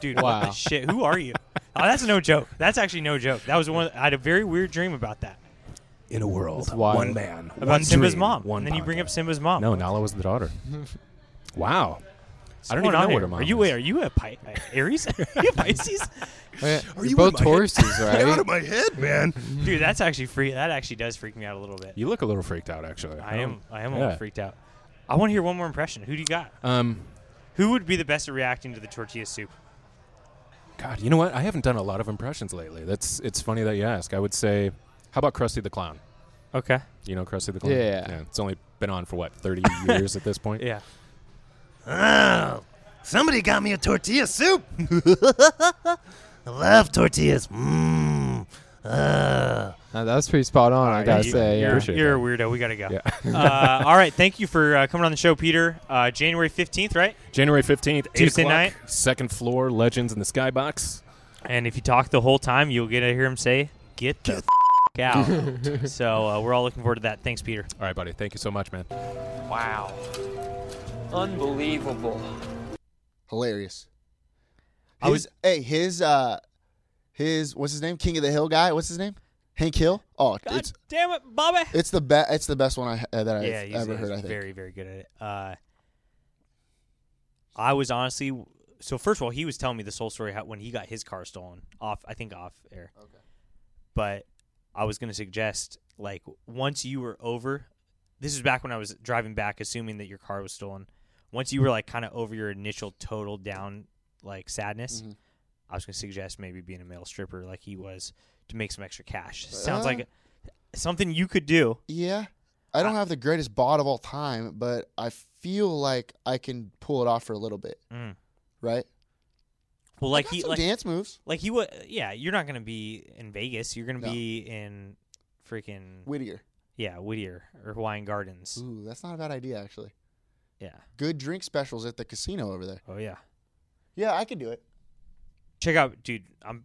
Dude, what
Wow.
the shit? Who are you? Oh, that's no joke. That's actually no joke. That was one. I had a very weird dream about that.
In a world,
wild.
one man,
About
one
Simba's
dream,
mom.
one
and then you bring up
podcast.
Simba's mom.
No, Nala was the daughter. wow. I don't
What's
even know
going
what her
on
mom
here? Are you?
is.
Wait, are you a Pi- uh, Aries? Are you a Pisces?
Oh, yeah. You're both Tauruses, right?
my head, man.
Dude, that's actually free. That actually does freak me out a little bit.
You look a little freaked out, actually.
I am.
Oh,
I am a
yeah.
little freaked out. I want to hear one more impression. Who do you got?
Um,
Who would be the best at reacting to the tortilla soup?
God, you know what? I haven't done a lot of impressions lately. That's it's funny that you ask. I would say, how about Krusty the Clown?
Okay.
You know Krusty the Clown?
Yeah.
It's only been on for what thirty years at this point.
Yeah.
Somebody got me a tortilla soup. Mm. I love tortillas. Mmm. Uh,
Uh, that was pretty spot on, I
right,
gotta
you-
say.
you're,
yeah.
you're a weirdo. We gotta go. uh, all right, thank you for uh, coming on the show, Peter. Uh, January fifteenth, right?
January 15th, 8
Tuesday
o'clock,
night.
second floor, Legends in the Skybox.
And if you talk the whole time, you'll get to hear him say, "Get the f- out." so uh, we're all looking forward to that. Thanks, Peter.
All right, buddy. Thank you so much, man.
Wow. Unbelievable.
Hilarious.
I
His,
was-
hey, his uh his what's his name? King of the Hill guy. What's his name? Hank Hill. Oh, it's
Damn it, Bobby.
it's the best. It's the best one I uh, that
yeah,
I've
he's,
ever
he's
heard. I think.
very, very good at it. Uh, I was honestly so. First of all, he was telling me this whole story how, when he got his car stolen off. I think off air. Okay. But I was going to suggest like once you were over. This is back when I was driving back, assuming that your car was stolen. Once you were like kind of over your initial total down like sadness,
Mhm.
I was going to suggest maybe being a male stripper like he was to make some extra cash. Sounds like something you could do.
Yeah, I don't have the greatest bod of all time, but I feel like I can pull it off for a little bit.
Mm.
Right?
Well,
I
like
got
he
some
like,
dance moves.
Like he would, yeah. You're not gonna be in Vegas. You're gonna
No.
be in freaking
Whittier.
Yeah, Whittier or Hawaiian Gardens.
Ooh, that's not a bad idea actually.
Yeah.
Good drink specials at the casino over there.
Oh yeah.
Yeah, I could do it.
Check out, dude. I'm.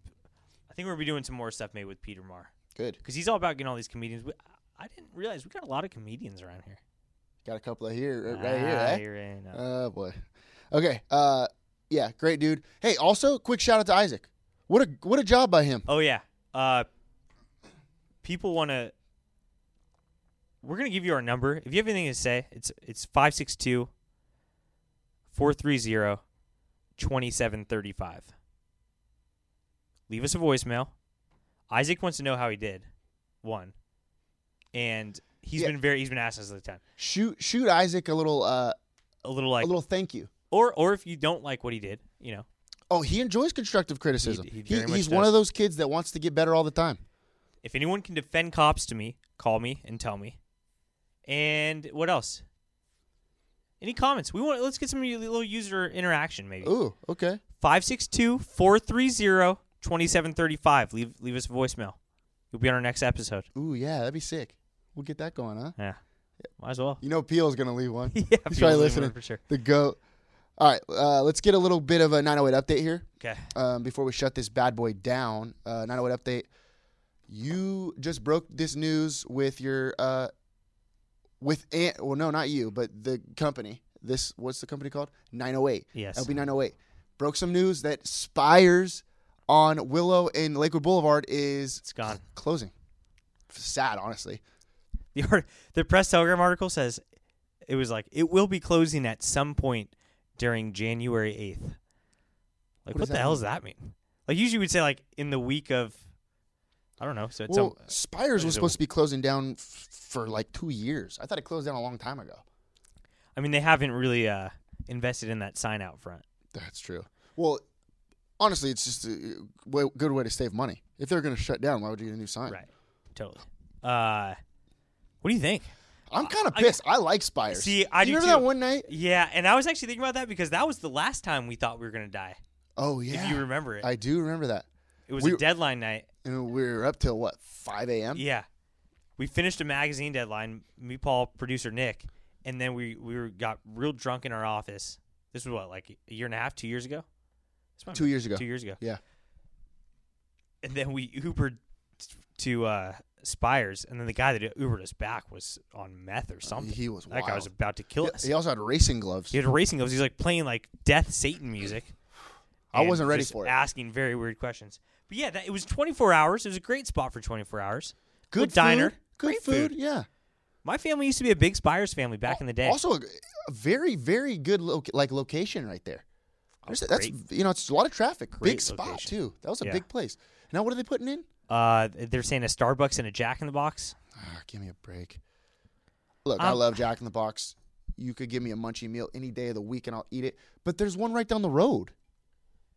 I think we're gonna be doing some more stuff maybe with Peter Marr
Good.
because he's all about getting all these comedians. We, I didn't realize we got a lot of comedians around here.
Got a couple of here, right
Ah,
here,
you're
eh?
in,
Oh boy. Okay. Uh, yeah, great dude. Hey, also quick shout out to Isaac. What a what a job by him.
Oh yeah. Uh, people want to. We're gonna give you our number. If you have anything to say, it's it's 562 430 2735. Leave us a voicemail. Isaac wants to know how he did. One. And he's
Yeah.
been very he's been asking us all the time.
Shoot shoot Isaac a little uh
A little like
a little thank you.
or or if you don't like what he did, you know.
Oh, he enjoys constructive criticism.
He- he very much
he's one
does.
of those kids that wants to get better all the time.
If anyone can defend cops to me, call me and tell me. And what else? Any comments? We want let's get some u- little user interaction maybe.
Ooh, okay.
562-430-2735. Leave leave us a voicemail. You'll be on our next episode.
Ooh, yeah, that'd be sick. We'll get that going, huh?
Yeah. Might as well.
You know Peel's gonna leave one.
Yeah,
he's
Peel's leaving
probably
one
listening
for sure.
The goat. All right, uh, let's get a little bit of a 908 update here.
Okay.
Um, before we shut this bad boy down, uh, 908 update. You just broke this news with your uh, with Ant. Well, no, not you, but the company. This what's the company called? 908.
Yes.
LB 908 broke some news that Spires on Willow and Lakewood Boulevard is it's
gone
closing. Sad, honestly.
The art, the press telegram article says it was like it will be closing at some point during January 8th. Like
What
what,
does
the
that
hell does
mean?
that mean? Like usually we'd say like in the week of I don't know. So it's
well,
some,
Spires was
there's a-
supposed to be closing down f- for like two years. I thought it closed down a long time ago.
I mean, they haven't really uh, invested in that sign out front.
That's true. Well, honestly, it's just a w- good way to save money. If they're going to shut down, why would you get a new sign?
Right. Totally. Uh, what do you think?
I'm kind of pissed. I, like Spires.
See, I
you
do
remember
too.
that one night?
Yeah, and I was actually thinking about that because that was the last time we thought we were gonna die.
Oh yeah,
If you remember it,
I do remember that.
it was
we,
a deadline night.
and we were up till what 5 a.m.
Yeah, we finished a magazine deadline. Me, Paul, producer Nick, and then we we were, got real drunk in our office. This was what like a year and a half, two years ago. This might
Two
be-
years ago.
Two years ago.
Yeah.
and then we Ubered to uh, Spires, and then the guy that Ubered us back was on meth or something.
he was
that guy was
wild.
about to kill
He-
us.
He also had racing gloves.
He had racing gloves. He's like playing like death Satan music.
I
and
wasn't ready
just
for it.
Asking very weird questions. But yeah, that, it was 24 hours. It was a great spot for 24 hours.
Good
Good diner.
food. Good
Great
food, yeah.
My family used to be a big Spires family back in the day.
Also, a, a very very good loc like location right there. There's- that's
great-
you know it's a lot of traffic.
great
big spot
location.
too. That was a
Yeah.
big place. Now what are they putting in?
uh, they're saying a Starbucks and a Jack in the Box.
Ah, give me a break. Look, I
Um,
love Jack in the Box. You could give me a munchie meal any day of the week and I'll eat it. But there's one right down the road.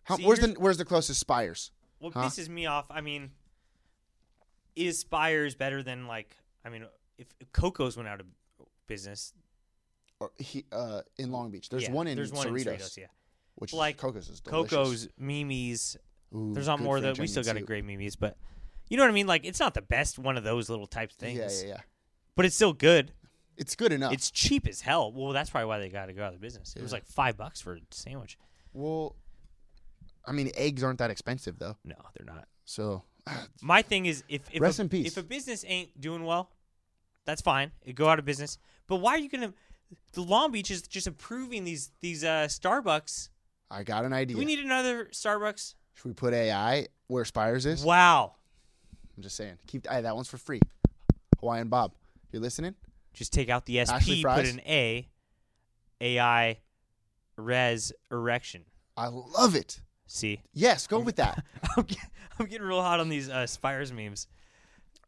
How,
See,
where's the
here's-
where's the closest Spires?
What
Huh?
pisses me off, I mean, is Spires better than like, I mean, if Coco's went out of business,
Or he, uh, in Long Beach. There's
Yeah,
one in
there's one in
Cerritos.
Cerritos, yeah.
Which
like
is Coco's is delicious.
Coco's, Mimi's.
Ooh,
there's not
good
more
French
though. We
onion
still got a
soup.
great Mimi's, but You know what I mean? Like it's not the best one of those little type things.
yeah, yeah.
But it's still good.
It's good enough.
It's cheap as hell. Well, that's probably why they got to go out of business. It was
Yeah.
like five bucks for a sandwich.
Well, I mean, eggs aren't that expensive though.
No, they're not.
So
My thing is if if
Rest
a,
in peace.
if a business ain't doing well, that's fine. It go out of business. But why are you gonna? The Long Beach is just approving these these uh, Starbucks.
I got an idea.
Do we need another Starbucks?
Should we put AI where Spires is?
Wow.
I'm just saying. Keep hey, that one's for free. Hawaiian Bob, you listening?
Just take out the SP,
Ashley
put
Fries?
an A, AI, res erection.
I love it.
See,
Yes, go with that.
I'm getting real hot on these uh, Spires memes.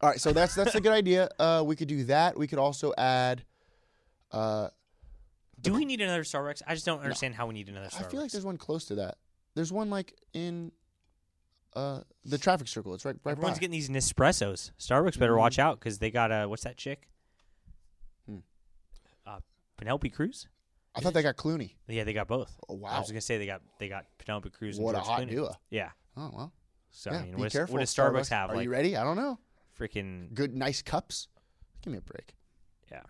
All right, so that's that's a good idea. Uh, we could do that. We could also add. Uh,
Do we need another Starbucks? I just don't understand how we need another
I
Starbucks.
feel like there's one close to that. There's one like in uh, the traffic circle. It's right right
Everyone's
by.
getting these Nespressos. Starbucks better watch out because they got uh, what's that chick?
Hmm.
Uh, Penelope Cruz.
I thought they got Clooney.
Yeah, they got both.
Oh,
I
wow.
was gonna say they got they got Penelope Cruz.
What a
and George
hot
Clooney.
duo.
Yeah.
Oh well.
So
yeah,
I mean,
be
what, does-
careful.
what does Starbucks, have?
Are
like
you ready? I don't know.
freaking
Good, nice cups. Give me a break.
yeah.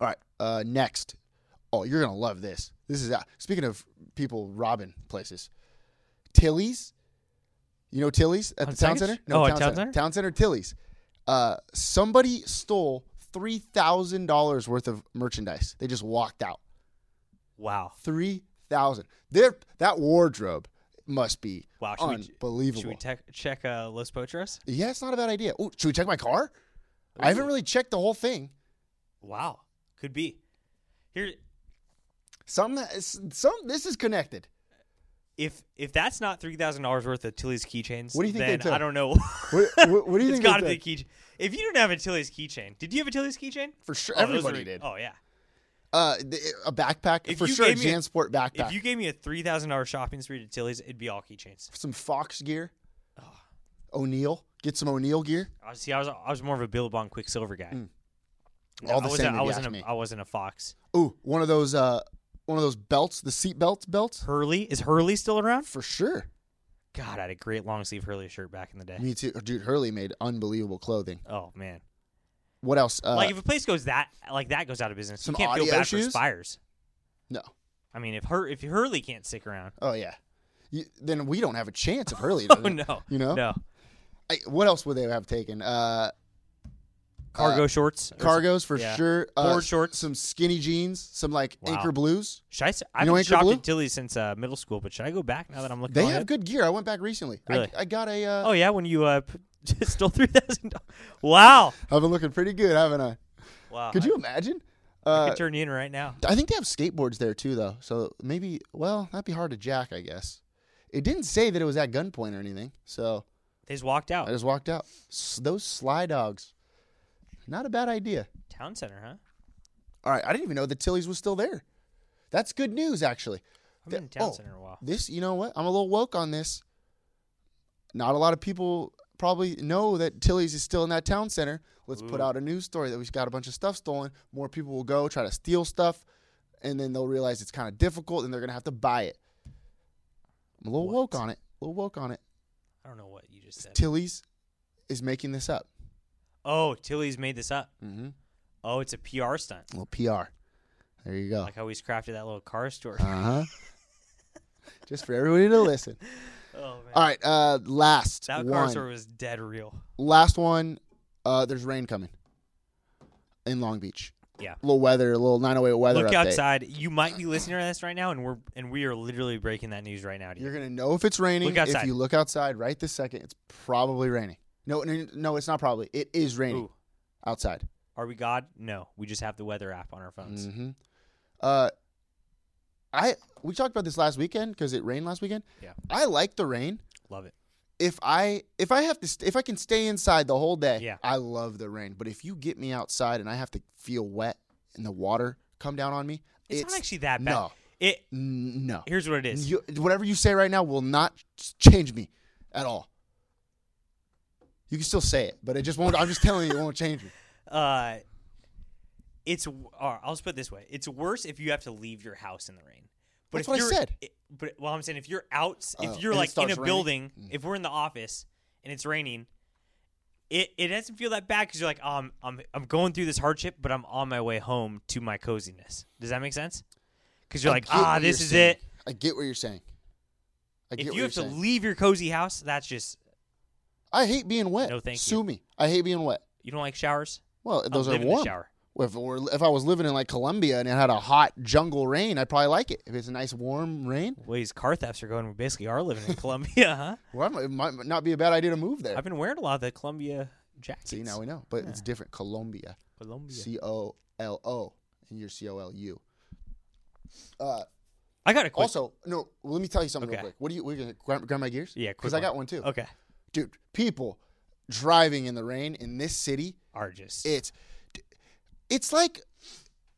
All right. Uh, next. Oh, you're gonna love this. This is uh, speaking of people robbing places. Tilly's. You know Tilly's at
On
the town
Second?
center.
Oh, at
town
Town
center.
Center?
Town center Tilly's. Uh, somebody stole three thousand dollars worth of merchandise. They just walked out.
Wow.
Three thousand. There. That wardrobe must be
Wow. Should We,
unbelievable.
should we tech- check uh, Los Potros?
yeah, it's not a bad idea. Ooh, should we check my car? I haven't really checked the whole thing.
Wow. Could be. Here,
Some, some. This is connected.
if if that's not three thousand dollars worth of Tilly's keychains,
What do you think they
Then
took?
I don't know.
What, what, what do you
it's
think?
got to be
they
a
took?
keychain. If you didn't have a Tilly's keychain, did you have a Tilly's keychain?
For sure,
Oh, those
everybody
are-
did.
Oh yeah.
Uh, th- a backpack
If
for
you
sure. A
gave me a-
Jansport backpack.
If you gave me a three thousand dollars shopping spree to Tilly's, it'd be all keychains.
some Fox gear.
Ah.
O'Neill, get some O'Neill gear.
Uh, See, I was I was more of a Billabong Quicksilver guy.
Mm. All
I
the
wasn't,
same. if
I
you
wasn't
ask
a,
me.
I wasn't a fox.
Ooh, one of those. Uh, one of those belts. The seat belts. Belts.
Hurley is Hurley still around?
For sure.
God, I had a great long sleeve Hurley shirt back in the day.
Me too, dude. Hurley made unbelievable clothing.
Oh man,
What else? Uh,
like if a place goes that like that goes out of business,
some
you can't feel
audio
bad for
shoes?
Spires.
no.
I mean, if Hur if Hurley can't stick around,
Oh yeah. You, then we don't have a chance if Hurley.
oh
doesn't.
no,
You know.
no
I, what else would they have taken? Uh,
cargo shorts, or
cargos for
some- yeah.
sure. Uh,
board shorts.
Some skinny jeans. Some like
Wow.
Anchor Blues.
Should I, s- I
You know
haven't
Anchor
shopped
Blue?
at Tilly's since uh, middle school, but should I go back now that I'm looking?
They
all
have
up?
good gear. I went back recently.
Really?
I, I got a. Uh,
Oh yeah, when you uh, p- stole three thousand dollars. Wow,
I've been looking pretty good, haven't I?
wow.
Could
I-
you imagine?
I
Uh,
could turn you in right now.
I think they have skateboards there too, though. So maybe, well, that'd be hard to jack, I guess. It didn't say that it was at gunpoint or anything, so
They just walked out.
I just walked out. S- those sly dogs, not a bad idea.
Town center, huh?
All right, I didn't even know the Tilly's was still there. That's good news, actually.
I've
The-
been in town
oh,
center a while.
This, you know what? I'm a little woke on this. Not a lot of people probably know that Tilly's is still in that town center. Let's put
Ooh.
out a news story that we've got a bunch of stuff stolen. More people will go try to steal stuff, and then they'll realize it's kind of difficult, and they're gonna have to buy it. I'm a little woke on it. A little woke on it.
I don't know what you just said.
Tilly's is making this up.
oh, Tilly's made this up.
Mm-hmm.
Oh, it's a PR stunt.
A little PR. There you go.
Like how he's crafted that little car store.
Oh. Uh huh. Just for everybody to listen.
oh man,
All right. Uh, last
that car
one.
store was dead real.
last one uh there's rain coming in long beach
Yeah.
a little weather a little 908 weather
Look
update.
outside. You might be listening to this right now, and we're and we are literally breaking that news right now. To you.
you're gonna know if it's raining
Look outside.
if you look outside right this second it's probably raining no no, no it's not probably it is raining
Ooh.
outside
Are we God? No, we just have the weather app on our phones.
hmm uh i we talked about this last weekend because it rained last weekend
Yeah.
i like the rain
Love it.
if i if i have to st- if i can stay inside the whole day
Yeah.
i love the rain but if you get me outside and i have to feel wet and the water come down on me
It's,
it's
not actually that bad.
no.
It
N- No.
here's what it is.
You, whatever you say right now will not ch- change me at all. You can still say it, but it just won't. I'm just telling you, it won't change me.
uh, it's w- or I'll just put it this way: it's worse if you have to leave your house in the rain. But
That's
if
what I
you're,
said.
i- but well, I'm saying if you're out,
Oh,
if you're
and it
like in
starts Mm.
a
raining?
building, if we're in the office and it's raining, it, it doesn't feel that bad because you're like, oh, I'm, I'm, I'm going through this hardship, but I'm on my way home to my coziness. Does that make sense? Because you're
I
like,
get
ah,
what
this
you're
is
saying.
it.
I get what you're saying. I get
if
what
you
you're
have to
saying.
leave your cozy house, that's just,
I hate being wet.
No, thank you.
Sue me. I hate being wet.
you don't like showers?
Well, those
live
are
in the
warm.
shower.
Well, If, we're, if I was living in like Colombia and it had a hot jungle rain, I'd probably like it. If it's a nice warm rain,
Well, these car thefts are going, we basically are living in Colombia, huh?
well, it might not be a bad idea to move there.
I've been wearing a lot of the Columbia jackets.
See, now we know, but it's different. Colombia.
Colombia.
C O L O, and you're C O L U. Uh,
I got a quick.
Also, no, let me tell you something
Okay.
real quick. What do you, we're gonna grind, grind my gears?
Yeah,
Because
quick
I got
one.
one too.
Okay.
Dude, people driving in the rain in this city
are just.
It's, it's like,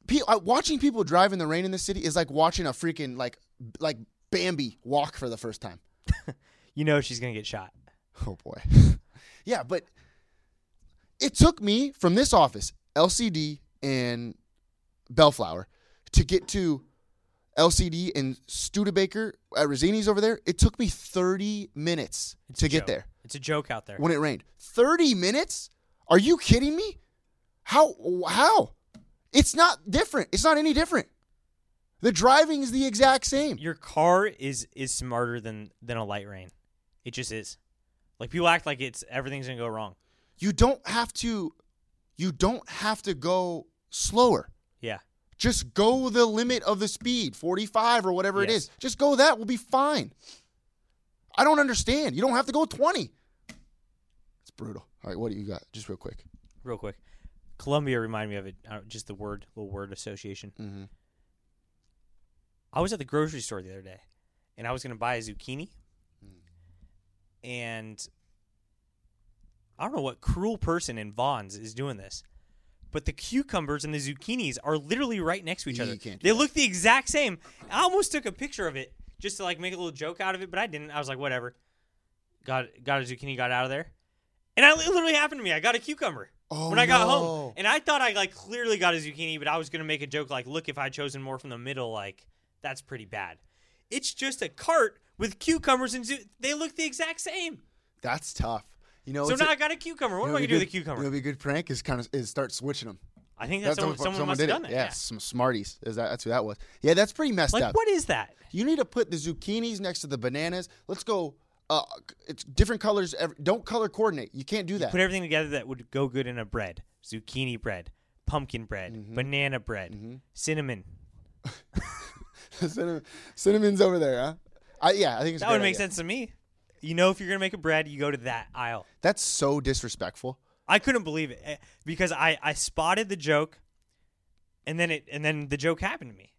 pe- uh, watching people drive in the rain in this city is like watching a freaking, like, like Bambi walk for the first time.
you know she's going to get shot.
Oh boy. yeah, but it took me from this office, LCD and Bellflower, to get to LCD and Studebaker at Rosini's over there. It took me 30 minutes to get
Joke.
there
It's a joke out there.
when it rained. 30 minutes? Are you kidding me? How how? It's not different. It's not any different. The driving is the exact same.
Your car is is smarter than than a light rain. It just is. Like people act like it's everything's going to go wrong.
You don't have to you don't have to go slower.
Yeah.
Just go the limit of the speed, 45 or whatever it
Yes.
is. Just go that. We'll be fine. I don't understand. You don't have to go 20. It's brutal. All right, what do you got? Just real quick.
Real quick. Columbia reminded me of it. Uh, just the word, little word association.
Mhm.
I was at the grocery store the other day, and I was going to buy a zucchini,
Mm.
and I don't know what cruel person in Vaughn's is doing this, but the cucumbers and the zucchinis are literally right next to each
You
other.
can't do
they look the exact same. I almost took a picture of it just to like make a little joke out of it, but I didn't. I was like, whatever. Got got a zucchini, got out of there, and I, it literally happened to me. I got a cucumber
Oh,
when I got home,
no.
and I thought I like clearly got a zucchini, but I was gonna make a joke like, look, if I'd chosen more from the middle, like that's pretty bad. It's just a cart with cucumbers and zu- they look the exact same.
That's tough. You know,
so
Oh, it's a-
now I got a cucumber. What
you
am
know
I gonna
what'd
do with a
be good-
cucumber?
You know, what'd be a good prank is kind of is start switching them.
I think that's someone, someone, must have done that.
Yeah,
Yeah.
some Smarties. Is that, that's who that was. Yeah, that's pretty messed
Like
up.
what is that?
You need to put the zucchinis next to the bananas. Let's go. Uh, it's different colors. Every, don't color coordinate. You can't do that.
Put everything together that would go good in a bread: zucchini bread, pumpkin bread, banana bread, cinnamon.
Cinnamon, cinnamon's over there, huh? I, yeah, I think it's a
That would
great
make
idea.
sense to me. You know, if you're gonna make a bread, you go to that aisle.
That's so disrespectful.
I couldn't believe it eh, because I I spotted the joke, and then it and then the joke happened to me,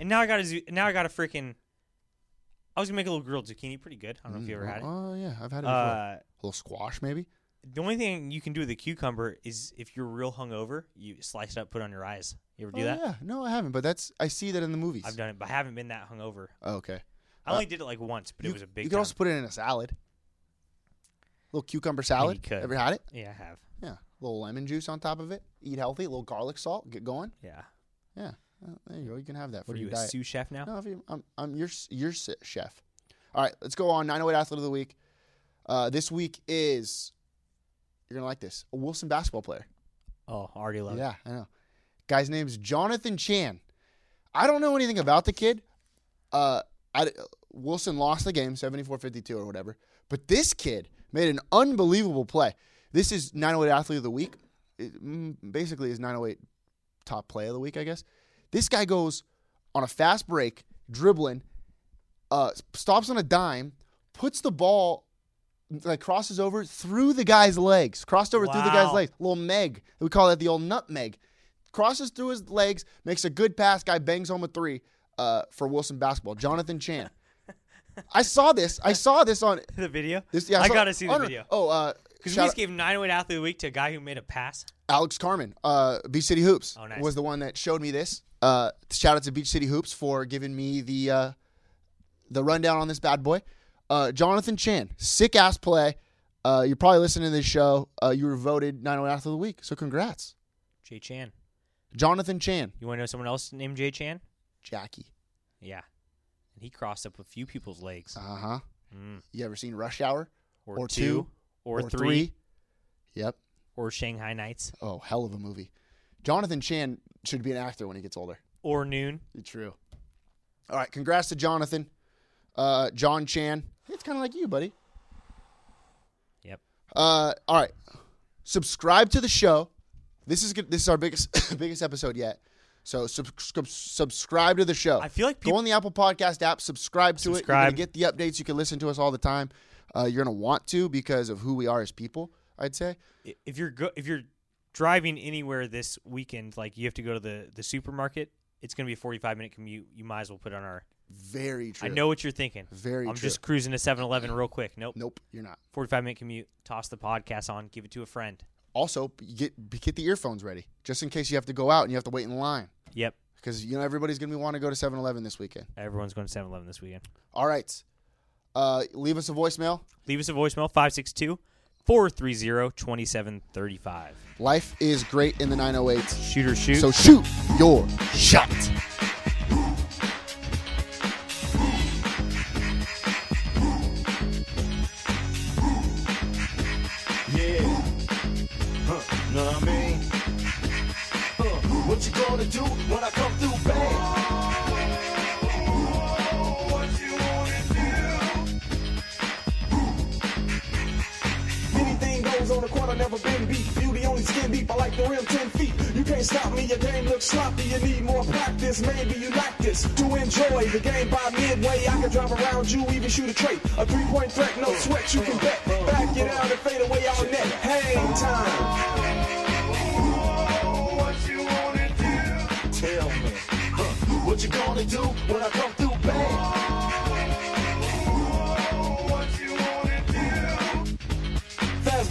and now I got a zu- now I got a freaking. I was gonna make a little grilled zucchini, pretty good. I don't know if you ever had it.
Oh yeah, I've had it before.
Uh,
a little squash, maybe.
the only thing you can do with a cucumber is if you're real hungover, you slice it up, put it on your eyes. You ever do
Oh,
that?
Yeah, no, I haven't. But that's I see that in the movies.
I've done it, but I haven't been that hungover.
Oh, okay.
I only did it like once, but
you,
it was a big.
You could also put it in a salad. Little cucumber salad.
could.
Ever had it?
yeah, I have.
Yeah. little lemon juice on top of it. Eat healthy. A little garlic salt. Get going.
Yeah.
Yeah. Well, there you go. You can have that for
What are
your
you, a
diet.
sous chef now?
No, if you, I'm, I'm your your s- chef. All right, let's go on. 908 athlete of the week. Uh, this week is you're gonna like this. A Wilson basketball player.
Oh, I already love it.
Yeah, I know. Guy's name's Jonathan Chan. I don't know anything about the kid. Uh, I, Wilson lost the game 74-52 or whatever. But this kid made an unbelievable play. This is 908 athlete of the week. It, mm, basically is 908 top play of the week, I guess. This guy goes on a fast break, dribbling, uh, stops on a dime, puts the ball, like crosses over through the guy's legs, crossed over through the guy's
Wow.
legs, little Meg. We call that the old nutmeg. Crosses through his legs, makes a good pass. Guy bangs home a three uh, for Wilson basketball. Jonathan Chan. I saw this. I saw this on
The video.
this. Yeah,
I
saw-
gotta see the
on-
video.
Oh, uh,
Because we
shout
just gave 908 Athlete of the Week to a guy who made a pass.
Alex Carmen, uh, Beach City Hoops,
Oh, nice.
was the one that showed me this. Uh, shout out to Beach City Hoops for giving me the uh, the rundown on this bad boy. Uh, Jonathan Chan, sick ass play. Uh, you're probably listening to this show. Uh, you were voted 908 Athlete of the Week, so congrats,
Jay Chan.
Jonathan Chan,
You want to know someone else named Jay Chan?
Jackie.
Yeah. And he crossed up a few people's legs.
Uh huh.
Mm.
You ever seen Rush Hour
Or, two, or, three.
Yep.
Or Shanghai Nights.
Oh, hell of a movie. Jonathan Chan should be an actor when he gets older.
Or Noon.
True. All right, congrats to Jonathan. Uh, John Chan. It's kind of like you, buddy.
Yep.
Uh, all right. Subscribe to the show. This is good. This is our biggest biggest episode yet. So sub- sub- subscribe to the show. I
feel like
go on the Apple Podcast app, subscribe to
Subscribe.
it. You get the updates. You can listen to us all the time. Uh, you're gonna want to because of who we are as people. I'd say.
I- If you're go- if you're driving anywhere this weekend, like you have to go to the the supermarket, it's going to be a 45 minute commute. You might as well put on our.
Very true.
I know what you're thinking.
Very
I'm
true.
just cruising to 7-Eleven real quick. Nope.
Nope. You're not.
45 minute commute. Toss the podcast on. Give it to a friend.
Also, get get the earphones ready just in case you have to go out and you have to wait in line
Yep.
because you know everybody's gonna want to go to 7-Eleven this weekend.
Everyone's going to 7-Eleven this weekend.
All right. Uh, leave us a voicemail.
Leave us a voicemail 562 430 2735.
Life is great in the 908.
Shoot or shoot.
So shoot your shot.
Yeah. Huh, know what I mean? Huh, what you gonna do when I come through bang? What you wanna do? Anything goes on the court, I never been beat. You the only skin deep, I like the rim 10 feet. You can't stop me, your game looks sloppy. You need more practice, maybe you like this. To enjoy the game by midway, I can drive around you, even shoot a trait. A three point threat, no sweat, you can bet. Back it out and fade away all net. Hang time. Tell me, huh, what you gonna do when I come through bang? Fast